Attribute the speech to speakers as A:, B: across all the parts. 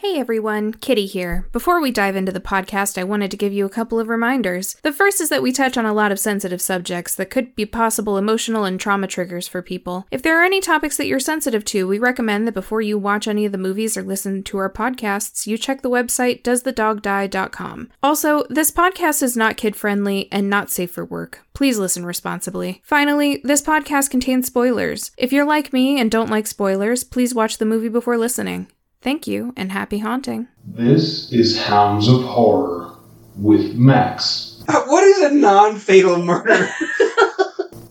A: Hey everyone, Kitty here. Before we dive into the podcast, I wanted to give you a couple of reminders. The first is that we touch on a lot of sensitive subjects that could be possible emotional and trauma triggers for people. If there are any topics that you're sensitive to, we recommend that before you watch any of the movies or listen to our podcasts, you check the website doesthedogdie.com. Also, this podcast is not kid friendly and not safe for work. Please listen responsibly. Finally, this podcast contains spoilers. If you're like me and don't like spoilers, please watch the movie before listening. Thank you and happy haunting.
B: This is Hounds of Horror with Max,
C: What is a non-fatal murder?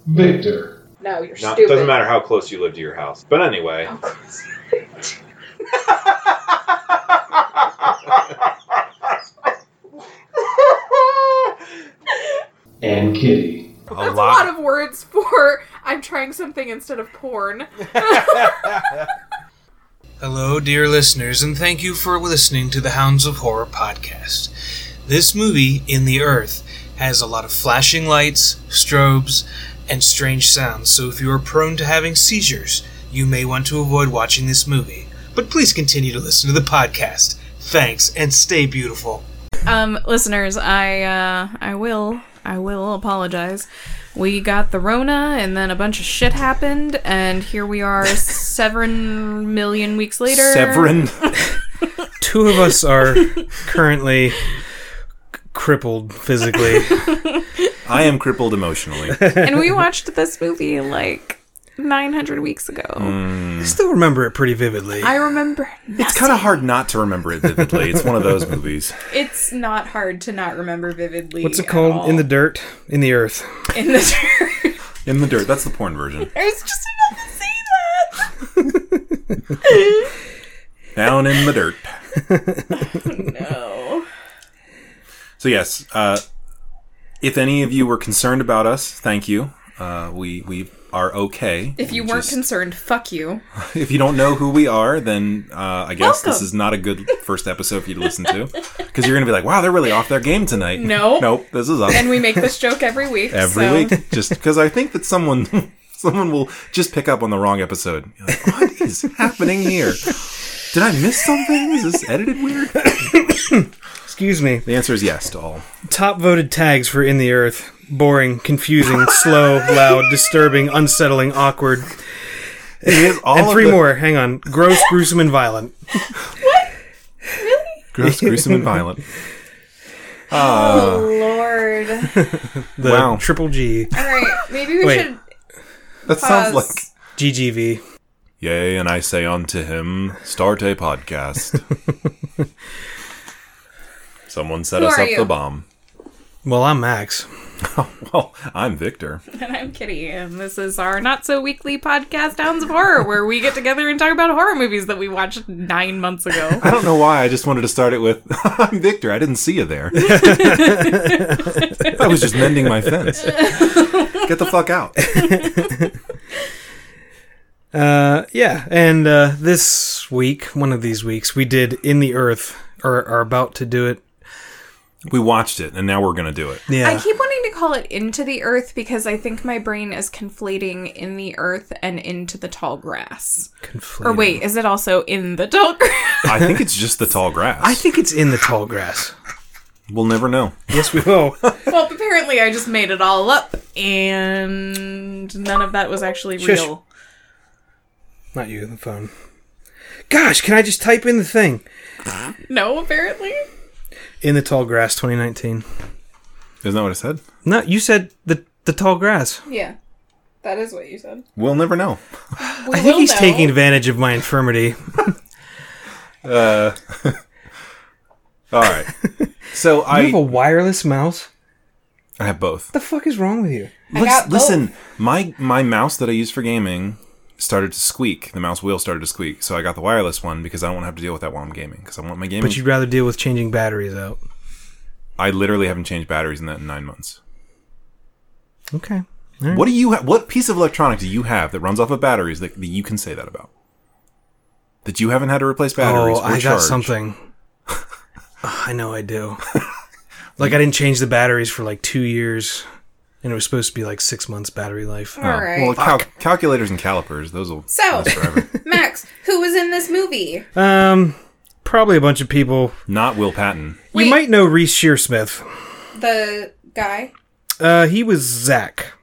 B: Victor,
D: No, you're
E: No, it
D: stupid.
E: doesn't matter how close you live to your house. But anyway,
D: Of course.
B: and Kitty.
E: a
D: That's a lot of words for I'm trying something instead of porn.
C: Hello, dear listeners, and thank you for listening to the Hounds of Horror podcast. This movie, In the Earth, has a lot of flashing lights, strobes, and strange sounds, so if you are prone to having seizures, you may want to avoid watching this movie. But please continue to listen to the podcast. Thanks, and stay beautiful.
F: um, listeners, I uh, I will I will apologize. We got the Rona, and then a bunch of shit happened, and here we are, seven million weeks later.
G: Severin.
C: Two of us are currently crippled physically.
G: I am crippled emotionally.
F: and we watched this movie like 900 weeks ago.
D: Mm.
C: I still remember it pretty vividly.
F: I remember.
G: It's kind of hard not to remember it vividly. It's one of those movies.
F: It's not hard to not remember vividly.
C: What's it
F: at
C: called?
F: all.
C: In the dirt, in the earth.
F: in the.
G: In the Dirt. That's the porn version.
F: I was just about to say that.
G: Down in the Dirt.
F: No.
G: So, yes, uh, if any of you were concerned about us, thank you. Uh, we, we are okay.
F: If you
G: We
F: weren't
G: just-
F: concerned, fuck you.
G: if you don't know who we are, then uh, I guess this
F: Welcome.
G: is not a good first episode for you to listen to because you're going to be like, wow, they're really off their game tonight.
F: No.
G: Nope, this is us.
F: And we make this joke every week.
G: every
F: so.
G: week just because i think that someone someone will just pick up on the wrong episode You're like, what is happening here did i miss something is this edited weird the
C: Excuse me.
G: answer is yes to all
C: Top voted tags for In the Earth boring, confusing, slow, loud, disturbing, unsettling, awkward.
G: it is all
C: and
G: of
C: three
G: the-
C: more. Hang on. Gross, gruesome, and violent.
G: gross gruesome and violent
F: Oh, Lord.
C: The
G: Wow.
C: triple G.
F: All right, maybe we
C: Wait.
F: should.
G: that sounds
F: Pause.
G: like
C: GGV.
G: yea and i say unto him start a podcast someone set
F: Who
G: us
F: are
G: up
F: you?
G: the bomb
C: Well, I'm Max.
G: well i'm victor
F: And I'm Kitty, and this is our not so weekly podcast, Downs of Horror, where we get together and talk about horror movies that we watched nine months ago.
G: i don't know why i just wanted to start it with i'm victor i didn't see you there I was just mending my fence. Get the fuck out.
C: Uh, yeah. And uh, this week, one of these weeks, we did In the Earth, or are about to do it.
G: We watched it, and now we're gonna do it.
C: Yeah.
F: I keep wanting to call it Into the Earth because I think my brain is conflating in the earth and into the tall grass. Or
C: Conflated.
F: wait, is it also in the tall grass?
G: I think it's just the tall grass.
C: I think it's in the tall grass.
G: we'll never know.
C: Yes, we oh. will.
F: well, apparently I just made it all up, and none of that was actually
C: Shush.
F: real.
C: Not you, the phone. Gosh, can I just type in the thing?
F: No, apparently.
C: In the tall grass, 2019.
G: Isn't that what I said?
C: No, you said the the tall grass.
F: Yeah, that is what you said.
G: We'll never know.
C: I think
F: will
C: he's
F: know.
C: taking advantage of my infirmity. Uh,
G: All right. So I,
C: you have a wireless mouse.
G: I have both.
C: What the fuck is wrong with you?
G: Lis-
F: got both.
G: Listen, my my mouse that I use for gaming started to squeak. The mouse wheel started to squeak, so I got the wireless one because I don't want to have to deal with that while I'm gaming. Because I want my gaming.
C: But you'd rather deal with changing batteries out.
G: I literally haven't changed batteries in that in nine months.
C: Okay.
G: What do you? Ha- what piece of electronic do you have that runs off of batteries that, that you can say that about? That you haven't had to replace batteries
C: oh,
G: or
C: I got
G: charge?
C: something. Ah, I know I do. like I didn't change the batteries for like two years, and it was supposed to be like six months battery life.
G: Oh,
F: All right.
G: Well, cal- calculators and calipers, those will
D: So-
G: last forever.
D: Max, who was in this movie?
C: Um, probably a bunch of people.
G: Not Will
C: You
G: Patton.
F: Wait.
C: might know Reese Shearsmith.
F: The guy
C: Uh, he was Zach,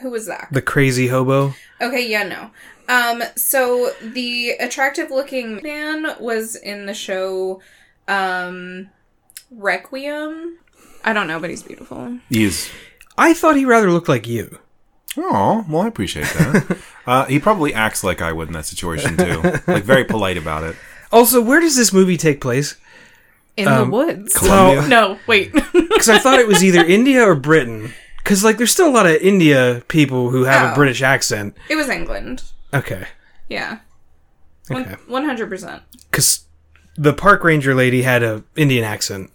F: who was that?
C: the crazy hobo.
F: Okay, yeah, no. Um, so the attractive-looking man was in the show, um, Requiem. I don't know, but he's beautiful.
G: He is.
C: I thought he rather looked like you.
G: Oh, well, I appreciate that. uh, he probably acts like I would in that situation too, like very polite about it.
C: Also, where does this movie take place?
F: In
C: Um,
F: the woods.
G: Colombia?
F: no, wait.
C: Because I thought it was either India or Britain. Because like, there's still a lot of India people who have a
F: Oh.
C: British accent.
F: it was England.
C: Okay,
F: Yeah.
C: okay.
F: One hundred percent.
C: Because the park ranger lady had a Indian accent.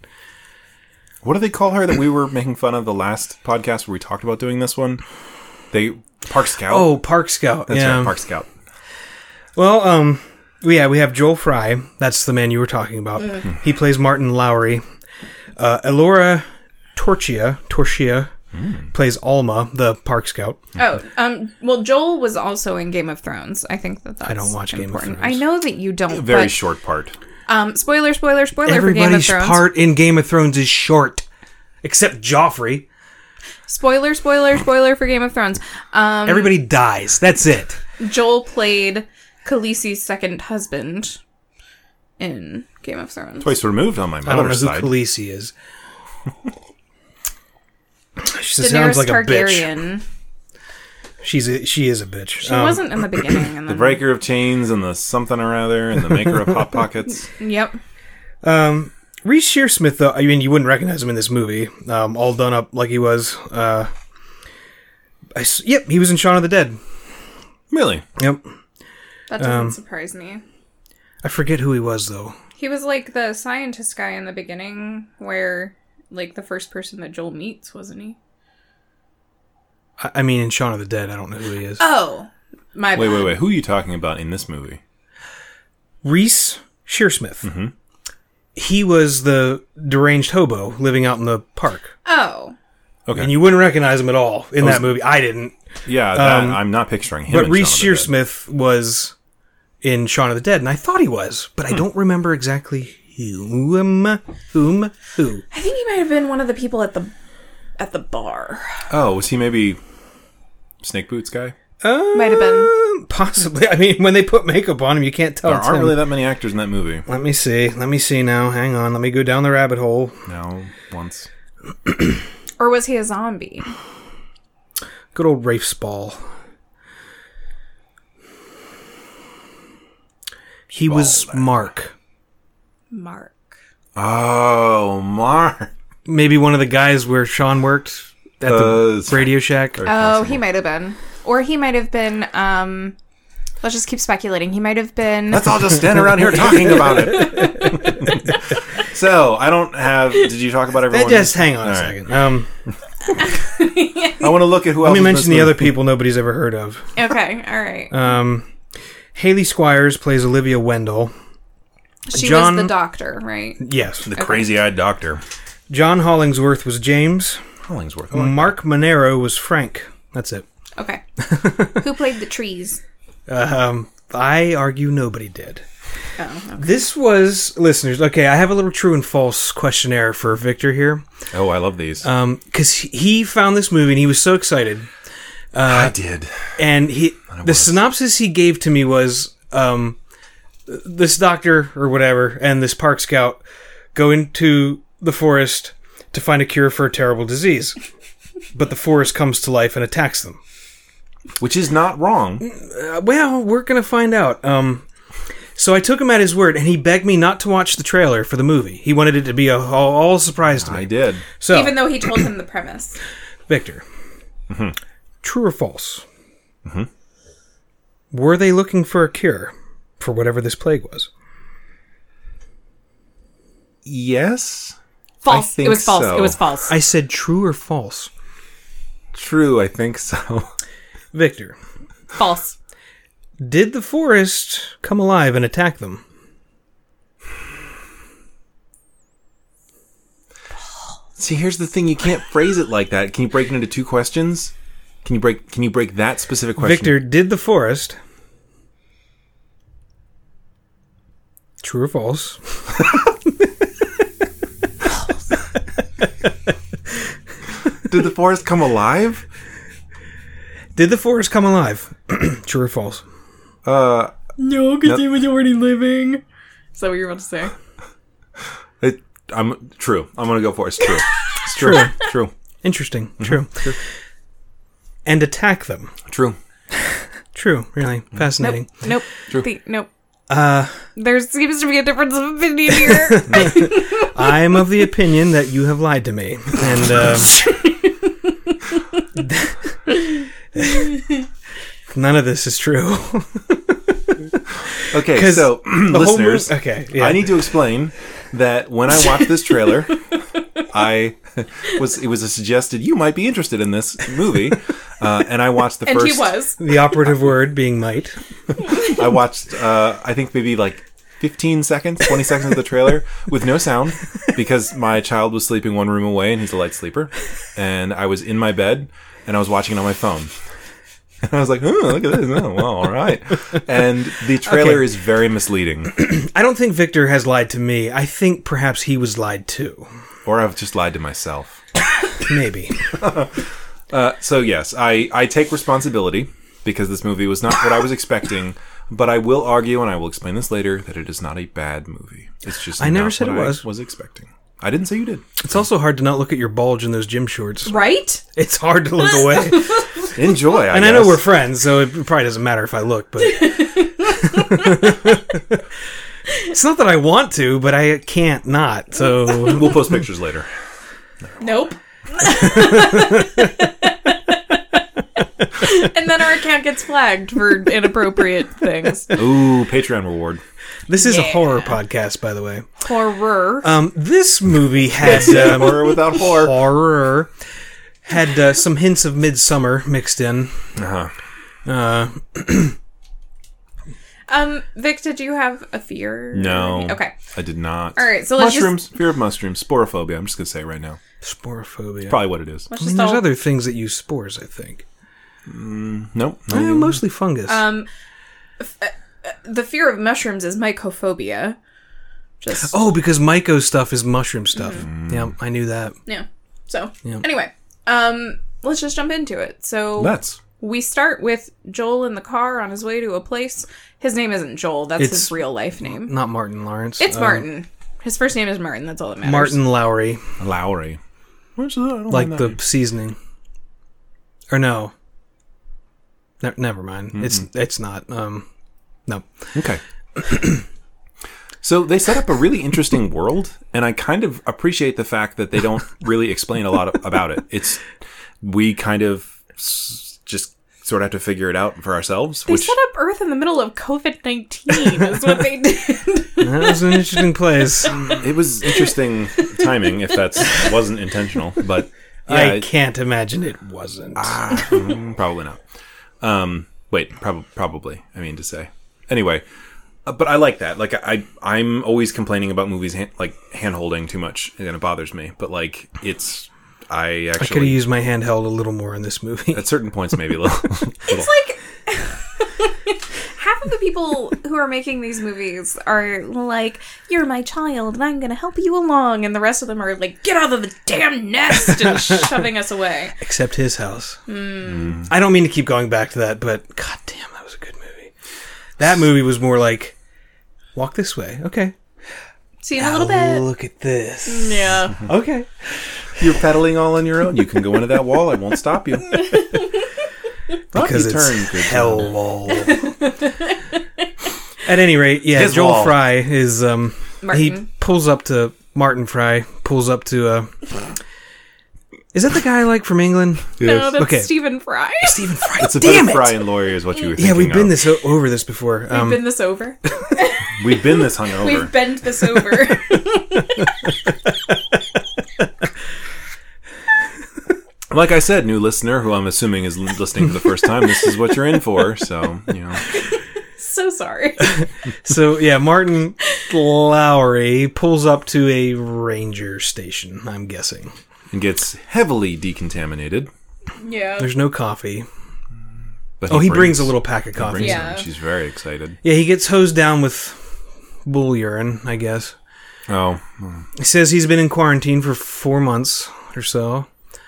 G: What do they call her that we were making fun of the last podcast where we talked about doing this one? They Park Scout.
C: Oh, Park Scout.
G: that's
C: yeah.
G: right, Park Scout.
C: Well, um, yeah, we have Joel Fry. That's the man you were talking about.
F: Mm.
C: Hmm. He plays Martin Lowry. Uh, Elora Torchia, Torchia
F: Hmm.
C: plays Alma, the park scout.
F: Oh, um, well, Joel was also in Game of Thrones. I think that that's
C: don't watch Game of
F: important.
C: Thrones.
F: I know that you don't.
G: Very
F: but,
G: short part.
F: Um, spoiler, spoiler, spoiler for Game of
C: Everybody's
F: Thrones.
C: part in Game of Thrones is short, except Joffrey.
F: spoiler, spoiler, spoiler for Game of Thrones. Um,
C: Everybody dies. That's it.
F: Joel played Khaleesi's second husband in Game of Thrones.
G: Twice removed on my
C: I don't know
G: mother's
C: who
G: side.
C: Khaleesi is. she
F: Daenerys
C: sounds like a bitch.
F: Targaryen.
C: She's a, she is a bitch.
F: She wasn't in the beginning. And
G: the
F: then,
G: breaker of chains and the something or other and the maker of hot pockets.
F: Yep.
C: Um, Reese Shearsmith, though, I mean, you wouldn't recognize him in this movie. Um, all done up like he was. Uh, I s yep, he was in Shaun of the Dead.
G: Really?
C: Yep.
F: That doesn't
C: um,
F: surprise me.
C: I forget who he was, though.
F: He was like the scientist guy in the beginning, where like the first person that Joel meets, wasn't he?
C: I, I mean, in Shaun of the Dead, I don't know who he is.
F: Oh, my
G: Wait,
F: bad.
G: wait, wait. Who are you talking about in this movie?
C: Reese Shearsmith. He was the deranged hobo living out in the park.
F: Oh,
G: Okay.
C: And you wouldn't recognize him at all in that movie. I didn't.
G: yeah, that,
C: um,
G: I'm not picturing him.
C: But
G: in
C: Reese
G: Shaun of the Dead.
C: Shearsmith was in Shaun of the Dead, and I thought he was, but
G: Hmm.
C: I don't remember exactly whom, whom, who.
F: I think he might have been one of the people at the at the bar.
G: Oh, was he maybe Snake Boots guy?
F: Might have been.
C: Um, Possibly. I mean, when they put makeup on him, you can't tell.
G: There
C: it's
G: aren't
C: him.
G: really that many actors in that movie.
C: Let me see. Let me see now. Hang on. Let me go down the rabbit hole.
G: No, once.
F: Or was he a zombie?
C: Good old Rafe Spall. He was Mark.
F: Mark.
G: Oh, Mark.
C: Maybe one of the guys where Sean worked at
G: Uh,
C: the Radio Shack.
F: Oh, he might have been. Or he might have been um let's just keep speculating. He might have been
G: Let's all just stand around here talking about it. so I don't have. Did you talk about everyone?
C: Uh, Just hang on a
G: All right.
C: second. Um,
G: I want to look at who
C: let
G: else.
C: me
G: is in
C: mention
G: this
C: the other
G: movie.
C: people nobody's ever heard of.
F: Okay, all right.
G: Uh,
C: Um, Haley Squires plays Olivia Wendell.
F: she
C: John-
F: was the doctor, right?
C: Yes.
G: The crazy-eyed doctor
C: John Hollingsworth was James.
G: Hollingsworth. I like
C: Mark Monero was Frank. That's it.
F: Okay. Who played the trees?
C: Um, I argue nobody did.
F: Oh,
C: This was listeners. Okay, I have a little true and false questionnaire for Victor here,
G: that. Oh, I love these.
C: Uh, because he found this movie and he was so excited.
G: I did.
C: And he, the
G: was.
C: synopsis he gave to me was, um, this doctor or whatever and this park scout go into the forest to find a cure for a terrible disease, but the forest comes to life and attacks them. Uh,
G: Which is not wrong.
C: Mm. Well, we're gonna find out. Um, so I took him at his word, and he begged me not to watch the trailer for the movie. He wanted it to be a all, all surprise to me.
G: I did.
C: So,
F: Even though he told him the premise.
C: Victor, Mm-hmm. true or false? Mm-hmm. Were they looking for a cure for whatever this plague was?
G: Yes. I
F: False.
G: think
F: It was false.
G: so.
F: It was false.
C: I said true or false,
G: True. I think so.
C: Victor.
F: false.
C: Did the forest come alive and attack them?
G: See, here's the thing: you can't phrase it like that. Can you break it into two questions? Can you break? Can you break that specific question?
C: Victor, did the forest? True or false?
G: Did the forest come alive?
C: Did the forest come alive? True or false?
G: Uh,
F: No, because
G: Yep.
F: he was already living. Is that what you're about to say?
G: it, I'm true. I'm gonna go for it. It's true. It's true. true.
C: Interesting. Mm-hmm. True. And attack them.
G: True.
C: True. Really fascinating.
F: Nope. The- nope. Uh, there seems to be a difference of opinion here.
C: I'm of the opinion that you have lied to me, and um, none of this is true.
G: Okay,
C: 'Cause
G: so
C: whole
G: listeners,
C: mov- okay, yeah.
G: I need to explain that when I watched this trailer, I was it was a suggested you might be interested in this movie, uh, and I watched the
F: and
G: first.
F: he was.
C: the operative word being might.
G: I watched uh, I think maybe like 15 seconds, 20 seconds of the trailer with no sound because my child was sleeping one room away and he's a light sleeper, and I was in my bed and I was watching it on my phone. And I was like, "Oh, look at this! Oh, well, all right." And the trailer
C: Okay.
G: is very misleading,
C: I don't think Victor has lied to me. I think perhaps he was lied to.
G: or I've just lied to myself. Uh,
C: Maybe.
G: So yes, I I take responsibility because this movie was not what I was expecting. But I will argue, and I will explain this later, that it is not a bad movie. It's just
C: I never
G: not
C: said
G: what
C: it
G: I
C: was.
G: was expecting. I didn't say you did.
C: It's also hard to not look at your bulge in those gym shorts.
F: Right?
C: It's hard to look away.
G: Enjoy. I
C: And I know
G: guess.
C: we're friends, so it probably doesn't matter if I look, but it's not that I want to, but I can't not. So
G: we'll post pictures later.
F: Nope. and then our account gets flagged for inappropriate things.
G: Ooh, Patreon reward.
C: this is a horror podcast, by the way.
F: Horror.
C: Um, this movie had um,
G: Horror without horror.
C: horror had uh, some hints of Midsummer mixed in.
G: Uh-huh.
F: Um, Vic, did you have a fear?
G: No.
F: Okay.
G: I did not.
F: All right, so let's
G: mushrooms. Fear of mushrooms. Sporophobia. I'm just gonna say it right now.
C: Sporophobia.
G: Probably what it is.
F: Let's
C: I mean,
F: just
C: there's
F: all-
C: other things that use spores, I think.
G: Nope.
C: Eh, mostly fungus.
F: Mm-hmm. um, f- uh, uh, the fear of mushrooms is mycophobia. Just
C: oh, because Myco's stuff is mushroom stuff.
F: Mm-hmm.
C: Yeah, I knew that.
F: yeah. So
C: Yeah.
F: anyway, um, let's just jump into it. So
G: Nuts.
F: we start with Joel in the car on his way to a place. His name isn't Joel. That's
C: It's-
F: his real life name.
C: Not Martin Lawrence.
F: It's
C: Um,
F: Martin. His first name is Martin. That's all that matters.
C: Martin Lowry.
G: Lowry. Where's that? I don't
C: like
G: mind
C: the
G: that.
C: seasoning or no ne- never mind it's it's not um no
G: Okay. so they set up a really interesting world, and I kind of appreciate the fact that they don't really explain a lot of- about it. It's we kind of s- just sort of have to figure it out for ourselves.
F: They
G: which
F: set up Earth in the middle of COVID nineteen. Is what they did.
C: that was an interesting place
G: it was interesting timing, if that's wasn't intentional, but yeah,
C: i
G: it-
C: can't imagine it wasn't
G: Mm, probably not. Um, wait, prob- probably. I mean to say. Anyway, uh, but I like that. Like I, I I'm always complaining about movies han- like hand holding too much, and it bothers me. But like it's, I
C: i could have
G: actually
C: used my handheld a little more in this movie
G: at certain points maybe a little. little.
F: like half of the people who are making these movies are like you're my child and i'm gonna help you along and the rest of them are like get out of the damn nest and shoving us away
C: except his house
F: Hmm.
G: Mm.
C: i don't mean to keep going back to that but god damn that was a good movie that movie was more like walk this way okay
F: see you in a little bit Hmm.
C: look at this
F: yeah
C: okay
G: You're pedaling all on your own. You can go into that wall. I won't stop you.
C: because it's
G: turn, good
C: hell wall. At any rate, yeah,
G: His
C: Joel
G: wall.
C: Fry is um he
F: Martin.
C: pulls up to Martin Fry pulls up to uh Is that the guy like from England?
F: no that's
C: Okay.
F: stephen fry
C: Stephen Fry.
G: It's a
C: Damn
G: better
C: it!
G: fry and lawyer is what you were thinking
C: yeah, we've been
G: of.
C: this o- over this before. Um,
F: we've been this over
G: We've been this hungover.
F: we've bent this over
G: Like I said, new listener who I'm assuming is l- listening for the first time, this is what you're in for. So, you know.
F: so sorry
C: so yeah, Martin Lowry pulls up to a ranger station, I'm guessing.
G: and gets heavily decontaminated.
F: yeah
C: There's no coffee.
G: But
C: Oh, he brings, a little pack of coffee.
G: brings
F: Yeah.
G: them. She's very excited.
C: Yeah, he gets hosed down with bull urine, I guess.
G: Oh,
C: He says he's been in quarantine for four months or so,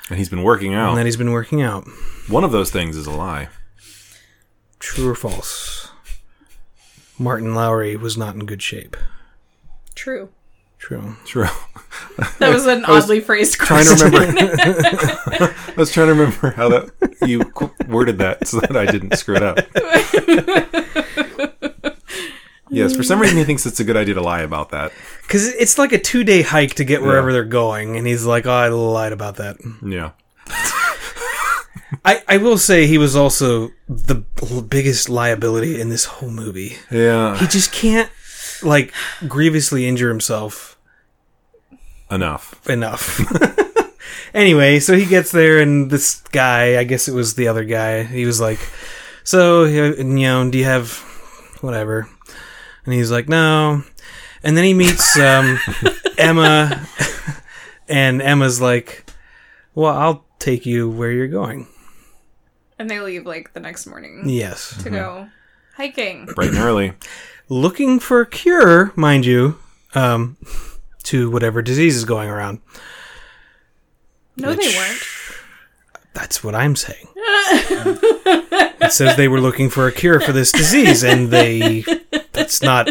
G: and he's been working out.
C: and that he's been working out.
G: One of those things is a lie.
C: True or false? Martin Lowry was not in good shape.
F: True.
C: True.
G: True.
F: That was an oddly phrased
G: trying
F: question.
G: to remember. I was trying to remember how that you qu- worded that so that I didn't screw it up. yes, for some reason he thinks it's a good idea to lie about that.
C: Because it's like a two day hike to get wherever
G: Yeah.
C: they're going, and he's like, oh, I lied about that.
G: Yeah.
C: I, I will say he was also the l- biggest liability in this whole movie. He
G: Yeah.
C: just can't, like, grievously injure himself
G: Enough.
C: enough. anyway, so he gets there, and this guy, I guess it was the other guy, he was like, So, you know, do you have whatever? And he's like, No. And then he meets um, Emma, and Emma's like, Well, I'll take you where you're going.
F: and they leave like the next morning
C: Yes.
F: to go hiking.
G: Bright and early.
C: looking for a cure, mind you, um, to whatever disease is going around.
F: No, they weren't.
C: That's what I'm saying. it says they were looking for a cure for this disease, and they. That's not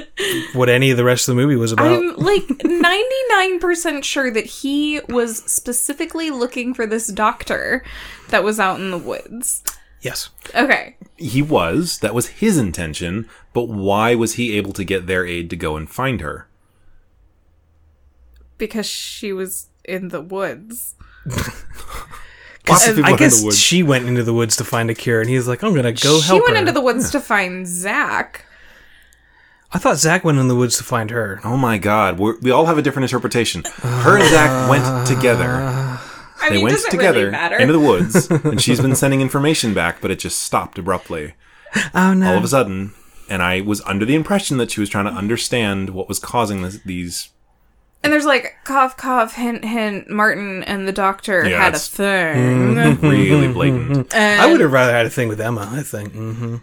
C: what any of the rest of the movie was about.
F: I'm like 99% sure that he was specifically looking for this doctor that was out in the woods.
C: yes.
F: Okay.
G: He was. That was his intention. But why was he able to get their aid to go and find her?
F: Because she was in the woods.
G: Lots of people
C: I
G: are in
C: guess
G: the woods.
C: she went into the woods to find a cure, and he's like, I'm going to go
F: she
C: help
F: went
C: her.
F: into the woods to find Zach.
C: I thought Zach went in the woods to find her.
G: Oh my God! We're, we all have a different interpretation. Her and Zach went together.
F: I
G: They
F: mean, it
G: went
F: doesn't
G: together
F: really matter.
G: into the woods, and she's been sending information back, but it just stopped abruptly.
C: Oh, no.
G: all of a sudden, and I was under the impression that she was trying to understand what was causing this, these.
F: and there's like cough, cough, hint, hint. Martin and the doctor
G: Yeah,
F: had a
G: it's-
F: thing.
C: Mm-hmm.
G: Really blatant.
F: And,
C: I would have rather had a thing with Emma, I think. hmm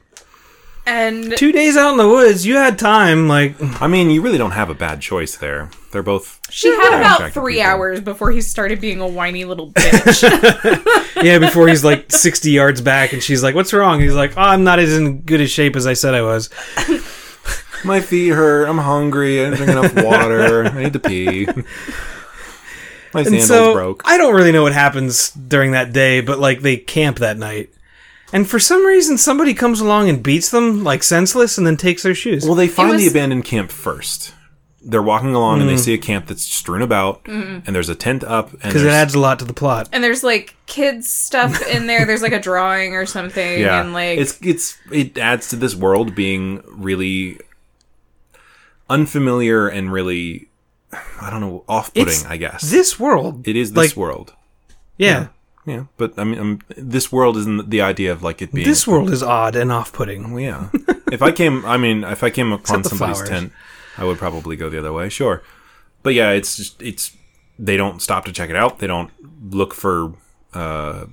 F: and
C: Two days out in the woods, you had time. Like,
G: I mean, you really don't have a bad choice there. They're both.
F: she had about
G: attractive
F: three
G: people.
F: hours before he started being a whiny little bitch.
C: Yeah, before he's like 60 yards back and she's like, What's wrong? He's like, Oh, I'm not as in good a shape as I said I was.
G: My feet hurt. I'm hungry. I didn't drink enough water. I need to pee. My
C: And
G: sandals
C: so
G: broke.
C: I don't really know what happens during that day, but like they camp that night. And for some reason, somebody comes along and beats them like senseless and then takes their shoes.
G: Well, they find the
F: was-
G: abandoned camp first. They're walking along
C: Mm.
G: and they see a camp that's strewn about,
F: Mm-hmm.
G: and there's a tent up. and
C: because it
G: there's-
C: adds a lot to the plot.
F: and there's like kids stuff in there. There's like a drawing or something.
G: yeah,
F: And like.
G: it's it's it adds to this world being really unfamiliar and really I don't know off-putting.
C: It's
G: I guess
C: This world.
G: it is this
C: like,
G: world.
C: Yeah.
G: Yeah, but I mean, um this world isn't the idea of like it being
C: This world is odd and off putting.
G: Well, yeah, if I came, I mean, if I came upon
C: Except the
G: somebody's
C: flowers.
G: tent, I would probably go the other way. Sure, but yeah, it's just it's they don't stop to check it out. They don't look for uh,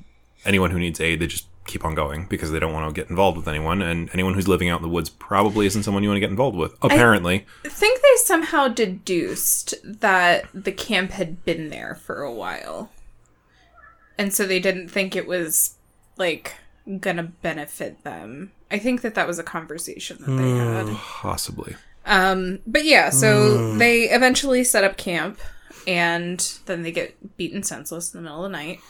G: anyone who needs aid. They just keep on going because they don't want to get involved with anyone. And anyone who's living out in the woods probably isn't someone you want to get involved with. Apparently,
F: think they somehow deduced that the camp had been there for a while. And so they didn't think it was like gonna benefit them. I think that that was a conversation that they
G: Hmm.
F: had.
G: possibly.
F: Um but yeah, so
C: Mm.
F: they eventually set up camp and then they get beaten senseless in the middle of the night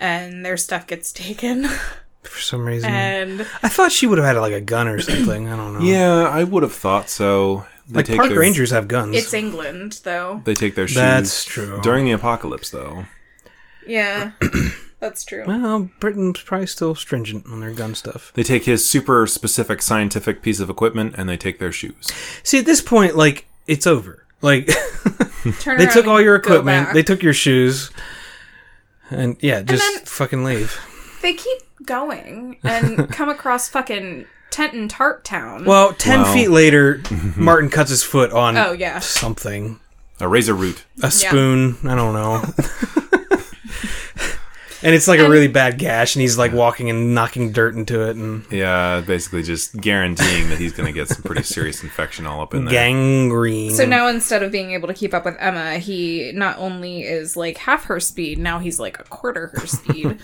F: and their stuff gets taken
C: Hmm. For some reason.
F: and
C: I thought she would have had like a gun or something. I don't know.
G: Yeah, I would have thought so. They
C: Like park
G: their,
C: rangers have guns.
F: it's England though.
G: They take their shoes.
C: That's true.
G: During the apocalypse, though,
F: Yeah. That's true.
C: well, Britain's probably still stringent on their gun stuff.
G: they take his super specific scientific piece of equipment and they take their shoes.
C: See, at this point, like it's over. Like
F: Turn
C: they
F: around
C: took all your
F: and go
C: equipment,
F: back.
C: they took your shoes, and yeah, just
F: then-
C: fucking leave.
F: They keep going and come across fucking tent and tarp town.
C: Well, ten
G: Wow.
C: feet later, Martin cuts his foot on
F: oh yeah,
C: something,
G: A razor root.
C: a spoon. I don't know. and it's like a really bad gash, and he's like walking and knocking dirt into it, and
G: Yeah, basically just guaranteeing that he's going to get some pretty serious infection all up in there.
C: gangrene.
F: So now instead of being able to keep up with Emma, he not only is like half her speed, now he's like a quarter her speed.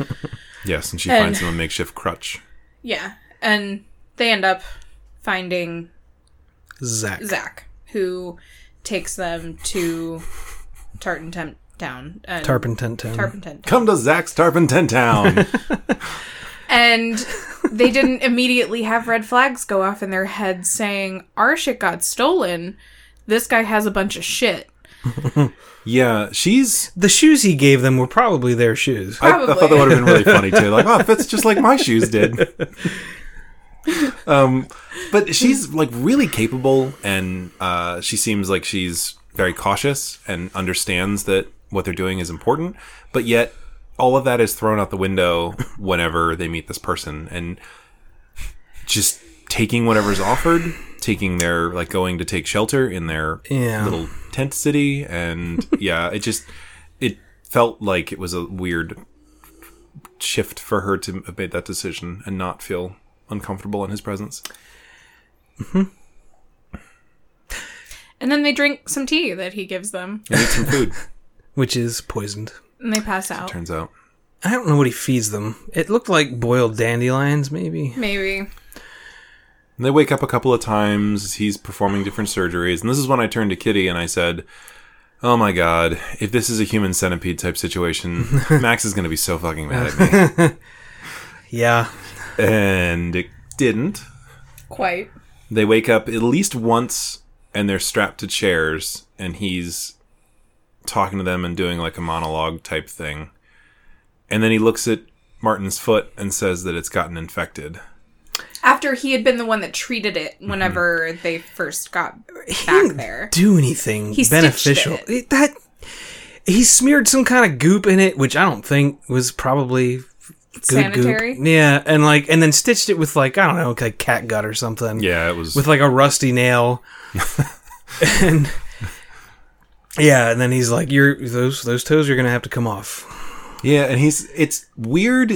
G: Yes, and she
F: And-
G: finds him a makeshift crutch.
F: yeah. And they end up finding
C: Zach.
F: Zach, who takes them to Tartan Temp Town. uh, And
C: Tarpon Tent Town.
F: Tarpenton.
G: Come to Zach's Tarpenton Town.
F: And they didn't immediately have red flags go off in their heads saying, Our shit got stolen. This guy has a bunch of shit.
G: yeah, she's.
C: The shoes he gave them were probably their shoes.
G: I, I thought that
F: Probably.
G: would have been really funny too. Like, oh, it fits just like my shoes did. um, but she's like really capable, and uh, she seems like she's very cautious and understands that what they're doing is important. But yet, all of that is thrown out the window whenever they meet this person, and just taking whatever's offered, taking their like going to take shelter in their
C: Yeah.
G: little tent city, and yeah, it just it felt like it was a weird shift for her to have made that decision and not feel uncomfortable in his presence.
F: And then they drink some tea that he gives them
G: And eat some food,
C: which is poisoned.
F: and they pass out.
G: turns out.
C: I don't know what he feeds them. It looked like boiled dandelions, maybe.
F: Maybe.
G: And they wake up a couple of times. He's performing different surgeries. And this is when I turned to Kitty and I said, Oh my god, if this is a human centipede type situation, Max is going to be so fucking mad at me.
C: Yeah.
G: and it didn't.
F: Quite.
G: They wake up at least once and they're strapped to chairs and he's talking to them and doing like a monologue type thing. And then he looks at Martin's foot and says that it's gotten infected.
F: After he had been the one that treated it whenever they first got back there.
C: Do anything
F: He
C: beneficial.
F: stitched
C: It- that he smeared some kind of goop in it, which I don't think was probably good
F: Sanitary?
C: Goop. Yeah, and like and then stitched it with like I don't know, like cat gut or something.
G: Yeah, it was
C: with like a rusty nail. and yeah, and then he's like, "Your those those toes are gonna have to come off."
G: Yeah, and he's it's weird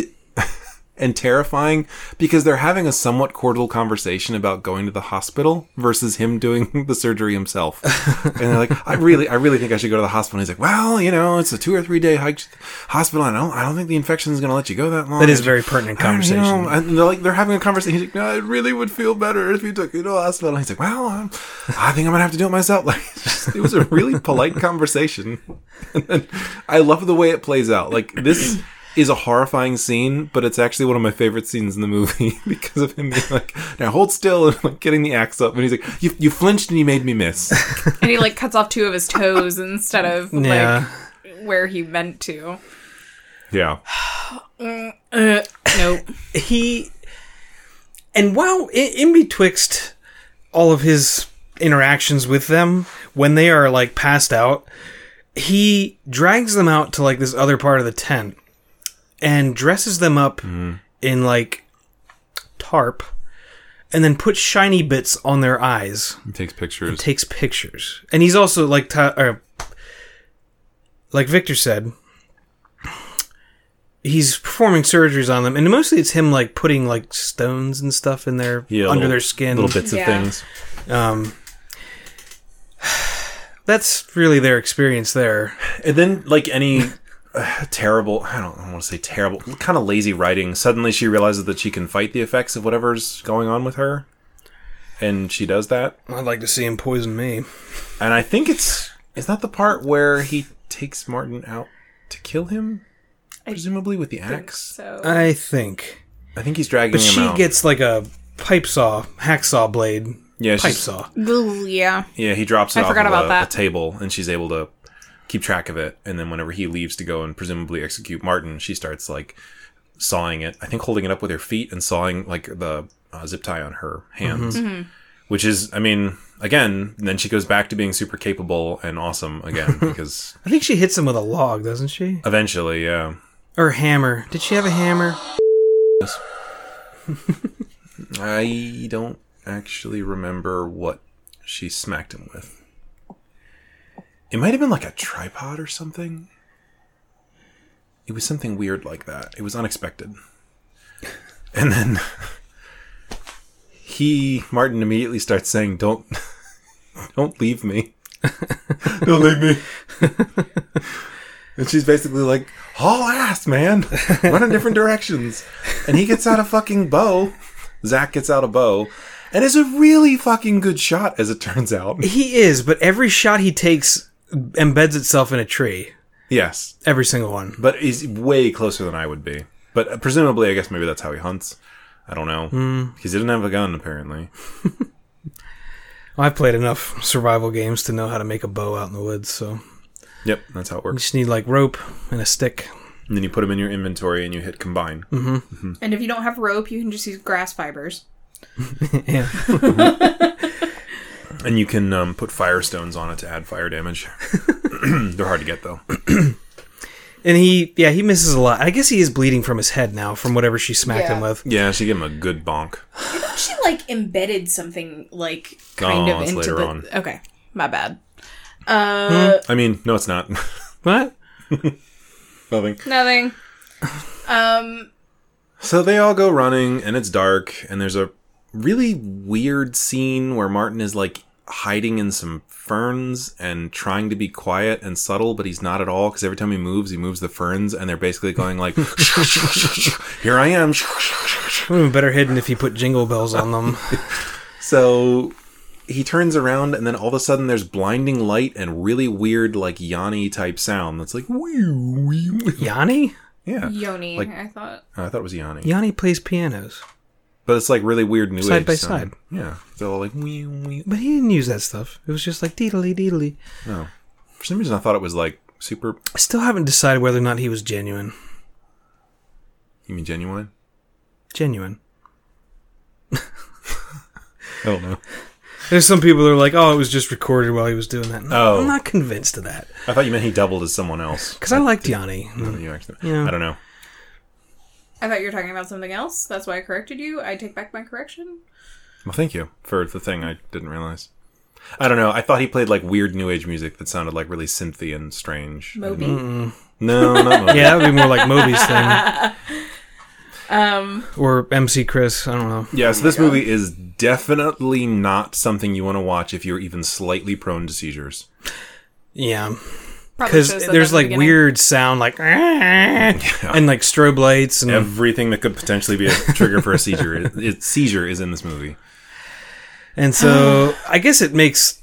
G: and terrifying because they're having a somewhat cordial conversation about going to the hospital versus him doing the surgery himself. and they're like, "I really, I really think I should go to the hospital." And he's like, "Well, you know, it's a two or three day hike to the hospital. And I don't, I don't think the infection is going to let you go that long."
C: That is very pertinent
G: I don't
C: conversation.
G: know. And they're like, they're having a conversation. He's like, "No, it really would feel better if you took me to the hospital." And he's like, "Well, i I think I'm gonna have to do it myself." Like, it's just- it was a really polite conversation. And then I love the way it plays out. Like this is a horrifying scene, but it's actually one of my favorite scenes in the movie because of him being like, "Now hold still," and like getting the axe up, and he's like, "You you flinched and you made me miss."
F: And he like cuts off two of his toes instead of
C: Yeah.
F: like where he meant to.
G: Yeah,
F: Uh, nope.
C: he and while in, in betwixt all of his interactions with them when they are like passed out he drags them out to like this other part of the tent and dresses them up in like tarp and then puts shiny bits on their eyes
G: he takes pictures.
C: takes pictures and he's also like ti or, like victor said he's performing surgeries on them and mostly it's him like putting like stones and stuff in their
G: Yeah,
C: under
G: little-
C: their skin
G: Little bits
F: Yeah.
G: of things.
C: um that's really their experience there
G: And then, like any uh, terrible, I don't, want to say terrible, kind of lazy writing, suddenly she realizes that she can fight the effects of whatever's going on with her. And she does that.
C: i'd like to see him poison me
G: And I think it's. Is that the part where he takes Martin out to kill him? Presumably with the axe.
F: So
C: i think
G: I think he's dragging
C: but
G: him
C: she
G: out.
C: gets like a pipe saw hacksaw blade
G: yeah,
C: pipe
G: she's-
C: saw
F: Ugh, yeah.
G: Yeah, he drops it
F: I
G: off
F: forgot
G: of
F: about
G: a,
F: that.
G: a table, and she's able to keep track of it. And then whenever he leaves to go and presumably execute Martin, she starts like sawing it. I think holding it up with her feet and sawing like the uh, zip tie on her hands,
F: Mm-hmm.
G: which is, I mean, again, then she goes back to being super capable and awesome again because
C: i think she hits him with a log doesn't she
G: eventually, yeah.
C: or hammer did she have a hammer
G: I don't actually remember what she smacked him with. It might have been like a tripod or something. It was something weird like that. It was unexpected. And then he Martin immediately starts saying, "Don't don't leave me. don't leave me." and she's basically like, "Haul ass, man. Run in different directions." And he gets out a fucking bow. Zach gets out a bow. And is a really fucking good shot, as it turns out.
C: He is, but every shot he takes embeds itself in a tree.
G: Yes,
C: Every single one.
G: but he's way closer than I would be. But uh, presumably, I guess maybe that's how he hunts. I don't know because he didn't have a gun apparently.
C: I've played enough survival games to know how to make a bow out in the woods, so
G: Yep, that's how it
C: you
G: works.
C: just need like rope and a stick.
G: And then you put them in your inventory and you hit combine.
F: And if you don't have rope, you can just use grass fibers.
C: Yeah.
G: And you can um, put firestones on it to add fire damage. They're hard to get though.
C: And he, yeah, he misses a lot. I guess he is bleeding from his head now from whatever she smacked
H: Yeah.
C: him with.
G: Yeah, she gave him a good bonk.
H: She like embedded something like kind
G: No,
H: of
G: Oh, it's
H: into
G: later
H: the.
G: on.
H: Okay, my bad.
F: Hmm.
H: Uh,
G: I mean, no, it's not.
C: What?
G: Nothing.
H: nothing. Um,
G: So they all go running, and it's dark, and there's a really weird scene where Martin is like hiding in some ferns and trying to be quiet and subtle, but he's not at all because every time he moves, he moves the ferns, and they're basically going like, "Here I am."
C: Would have been better hidden if he put jingle bells on them.
G: So he turns around, and then all of a sudden, there's blinding light and really weird, like Yanni type sound. That's like, "Wee, wee, wee."
C: Yanni?
G: yeah.
H: Yoni,
G: Like- oh,
H: I thought.
G: I thought it was Yanni.
C: Yanni plays pianos.
G: but it's like really weird new
C: Side
G: age
C: by
G: sound.
C: side.
G: Yeah, they're all like, wee, wee.
C: But he didn't use that stuff. It was just like deedly deedly.
G: for some reason, I thought it was like super
C: I still haven't decided whether or not he was genuine.
G: You mean genuine?
C: Genuine.
G: I don't know.
C: There's some people that are like, oh, it was just recorded while he was doing that.
G: Oh.
C: I'm not convinced of that.
G: I thought you meant he doubled as someone else.
C: Because I liked Yanni.
G: You actually-
C: Yeah.
G: I don't know.
H: I thought you were talking about something else. That's why I corrected you. I take back my correction.
G: Well, thank you for the thing I didn't realize. I don't know. I thought he played like weird new age music that sounded like really synthy and strange.
H: Moby.
G: Hmm. No, not Moby.
C: Yeah, that would be more like Moby's thing.
H: Um,
C: Or MC Chris. I don't know.
G: Yeah, so this movie is definitely not something you want to watch if you're even slightly prone to seizures.
C: Yeah.
F: Probably
C: Because
F: shows that
C: there's
F: at the
C: like
F: beginning.
C: weird sound, like, and like strobe lights.
G: Hmm.
C: And
G: Everything that could potentially be a trigger for a seizure, is, it, seizure is in this movie.
C: and so I guess it makes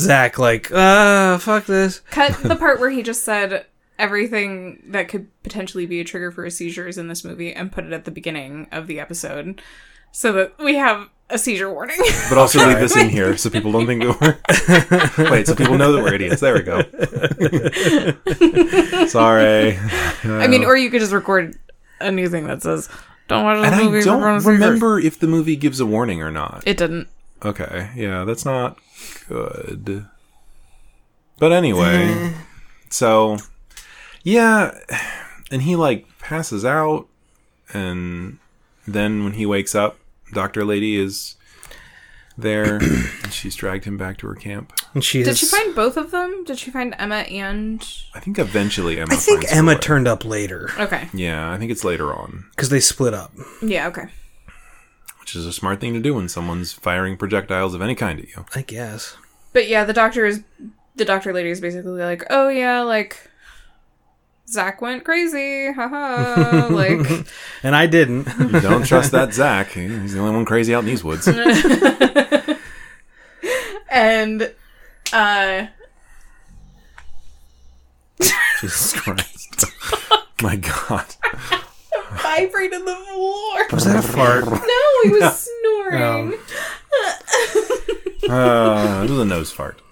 C: Zach like, ah, fuck this.
F: Cut the part where he just said everything that could potentially be a trigger for a seizure is in this movie and put it at the beginning of the episode so that we have a seizure warning.
G: But also leave this in here so people don't think that we're. Wait, so people know that we're idiots. There we go. Sorry.
F: I mean, or you could just record a new thing that says, don't watch
G: And
F: this movie.
G: I
F: if you're prone
G: don't
F: to seizures."
G: remember if the movie gives a warning or not.
F: It didn't.
G: Okay, yeah, that's not good. But anyway, so yeah, and he like passes out, and then when he wakes up, Doctor Lady is there. and she's dragged him back to her camp.
C: And she
F: Did
C: is-
F: she find both of them? Did she find Emma and.
G: I think eventually Emma.
C: I think
G: finds her
C: Emma
G: way.
C: turned up later
F: Okay.
G: Yeah, I think it's later on,
C: because they split up.
F: Yeah, okay.
G: which is a smart thing to do when someone's firing projectiles of any kind at you.
C: I guess.
F: But yeah, the doctor is the doctor lady is basically like, oh yeah, like Zach went crazy, haha. like
C: And I didn't.
G: You don't trust that Zach. He's the only one crazy out in these woods.
F: and uh
G: Jesus Christ. My God.
F: vibrated the floor.
C: Was that a fart?
F: No, he was snoring.
G: Uh, it was a nose fart.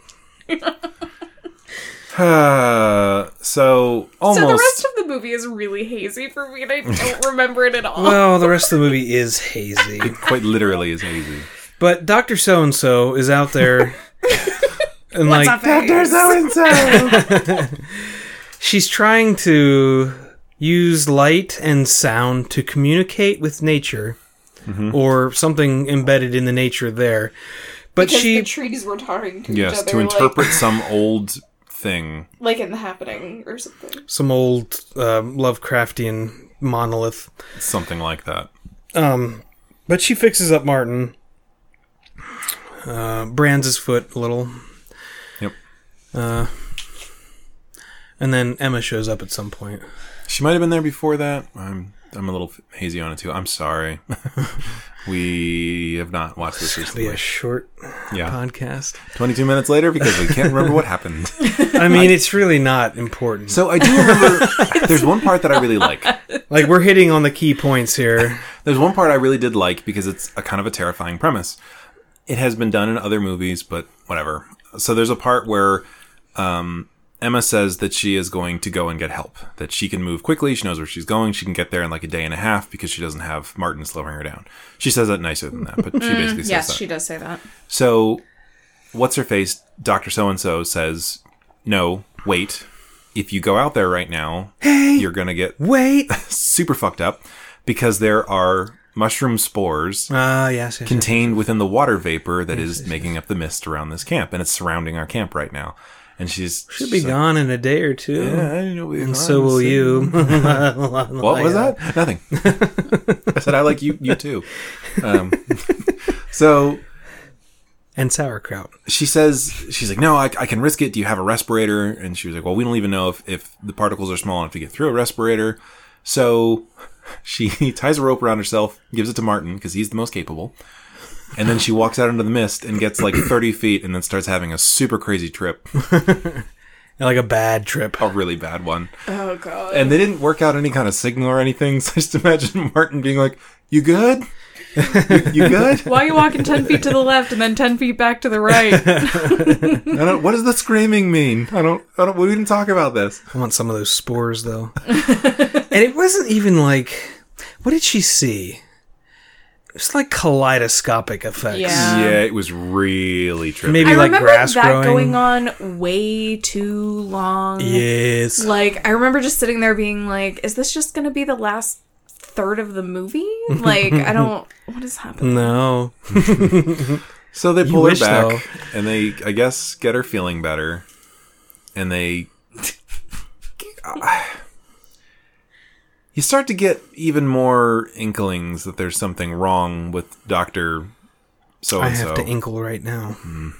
G: Uh, so almost.
F: So the rest of the movie is really hazy for me and I don't remember it at all.
C: Well, the rest of the movie is hazy.
G: Quite literally is hazy.
C: But Dr. So and so is out there. and like,
G: Doctor so and so.
C: she's trying to use light and sound to communicate with nature
G: Mm-hmm.
C: or something embedded in the nature there. But
D: Because
C: she.
D: the trees were talking to each
G: Yes,
D: other.
G: to
D: like,
G: interpret some old thing.
H: Like in the happening or something.
C: Some old um, Lovecraftian monolith.
G: Something like that.
C: Um, but she fixes up Martin, uh, brands his foot a little.
G: Yep.
C: Uh, and then Emma shows up at some point.
G: She might have been there before that. I'm I'm a little hazy on it too. I'm sorry. we have not watched this
C: Be a
G: recently.
C: short
G: Yeah.
C: podcast.
G: 22 minutes later because we can't remember what happened.
C: I mean, it's really not important.
G: So I do remember there's one part that I really like.
C: like we're hitting on the key points here.
G: There's one part I really did like because it's a kind of a terrifying premise. It has been done in other movies, but whatever. So there's a part where um, Emma says that she is going to go and get help, that she can move quickly, she knows where she's going, she can get there in like a day and a half because she doesn't have Martin slowing her down. She says that nicer than that, but she basically says
F: Yes,
G: that.
F: she does say that.
G: So, what's her face? Doctor so and so says, "No, wait. If you go out there right now, you're gonna get
C: Wait.
G: super fucked up because there are mushroom spores
C: Ah, yes. yes, yes.
G: contained within the water vapor that is making up the mist around this camp, and it's surrounding our camp right now." And she's
C: Should be gone in a day or two.
G: Yeah, I know we
C: And so will you.
G: What was that? Nothing. I said I like you. You too. Um, so
C: And sauerkraut.
G: she says she's like no I, I can risk it do you have a respirator and she was like well we don't even know if, if the particles are small enough to get through a respirator so she ties a rope around herself gives it to martin because he's the most capable and then she walks out into the mist and gets like 30 feet and then starts having a super crazy trip
C: Like a bad trip.
G: a really bad one
H: Oh god.
G: and they didn't work out any kind of signal or anything so I just imagine martin being like you good you, you good
F: Why are you walking 10 feet to the left and then 10 feet back to the right?
G: I don't, what does the screaming mean i don't i don't we didn't talk about this
C: I want some of those spores though. and it wasn't even like what did she see? It was like kaleidoscopic effects.
F: Yeah. Um,
G: yeah it was really trippy
C: Maybe
F: I
C: like
F: remember
C: grass
F: that
C: growing.
F: going on way too long.
C: Yes.
F: Like, I remember just sitting there being like, is this just going to be the last third of the movie? Like, I don't. What is happening?
C: no.
G: So they pull her
C: wish,
G: back,
C: though.
G: and they, I guess, get her feeling better, and they. you start to get even more inklings that there's something wrong with Doctor. So
C: I
G: and
C: have
G: Oh, so.
C: to inkle right now.
G: Fingle-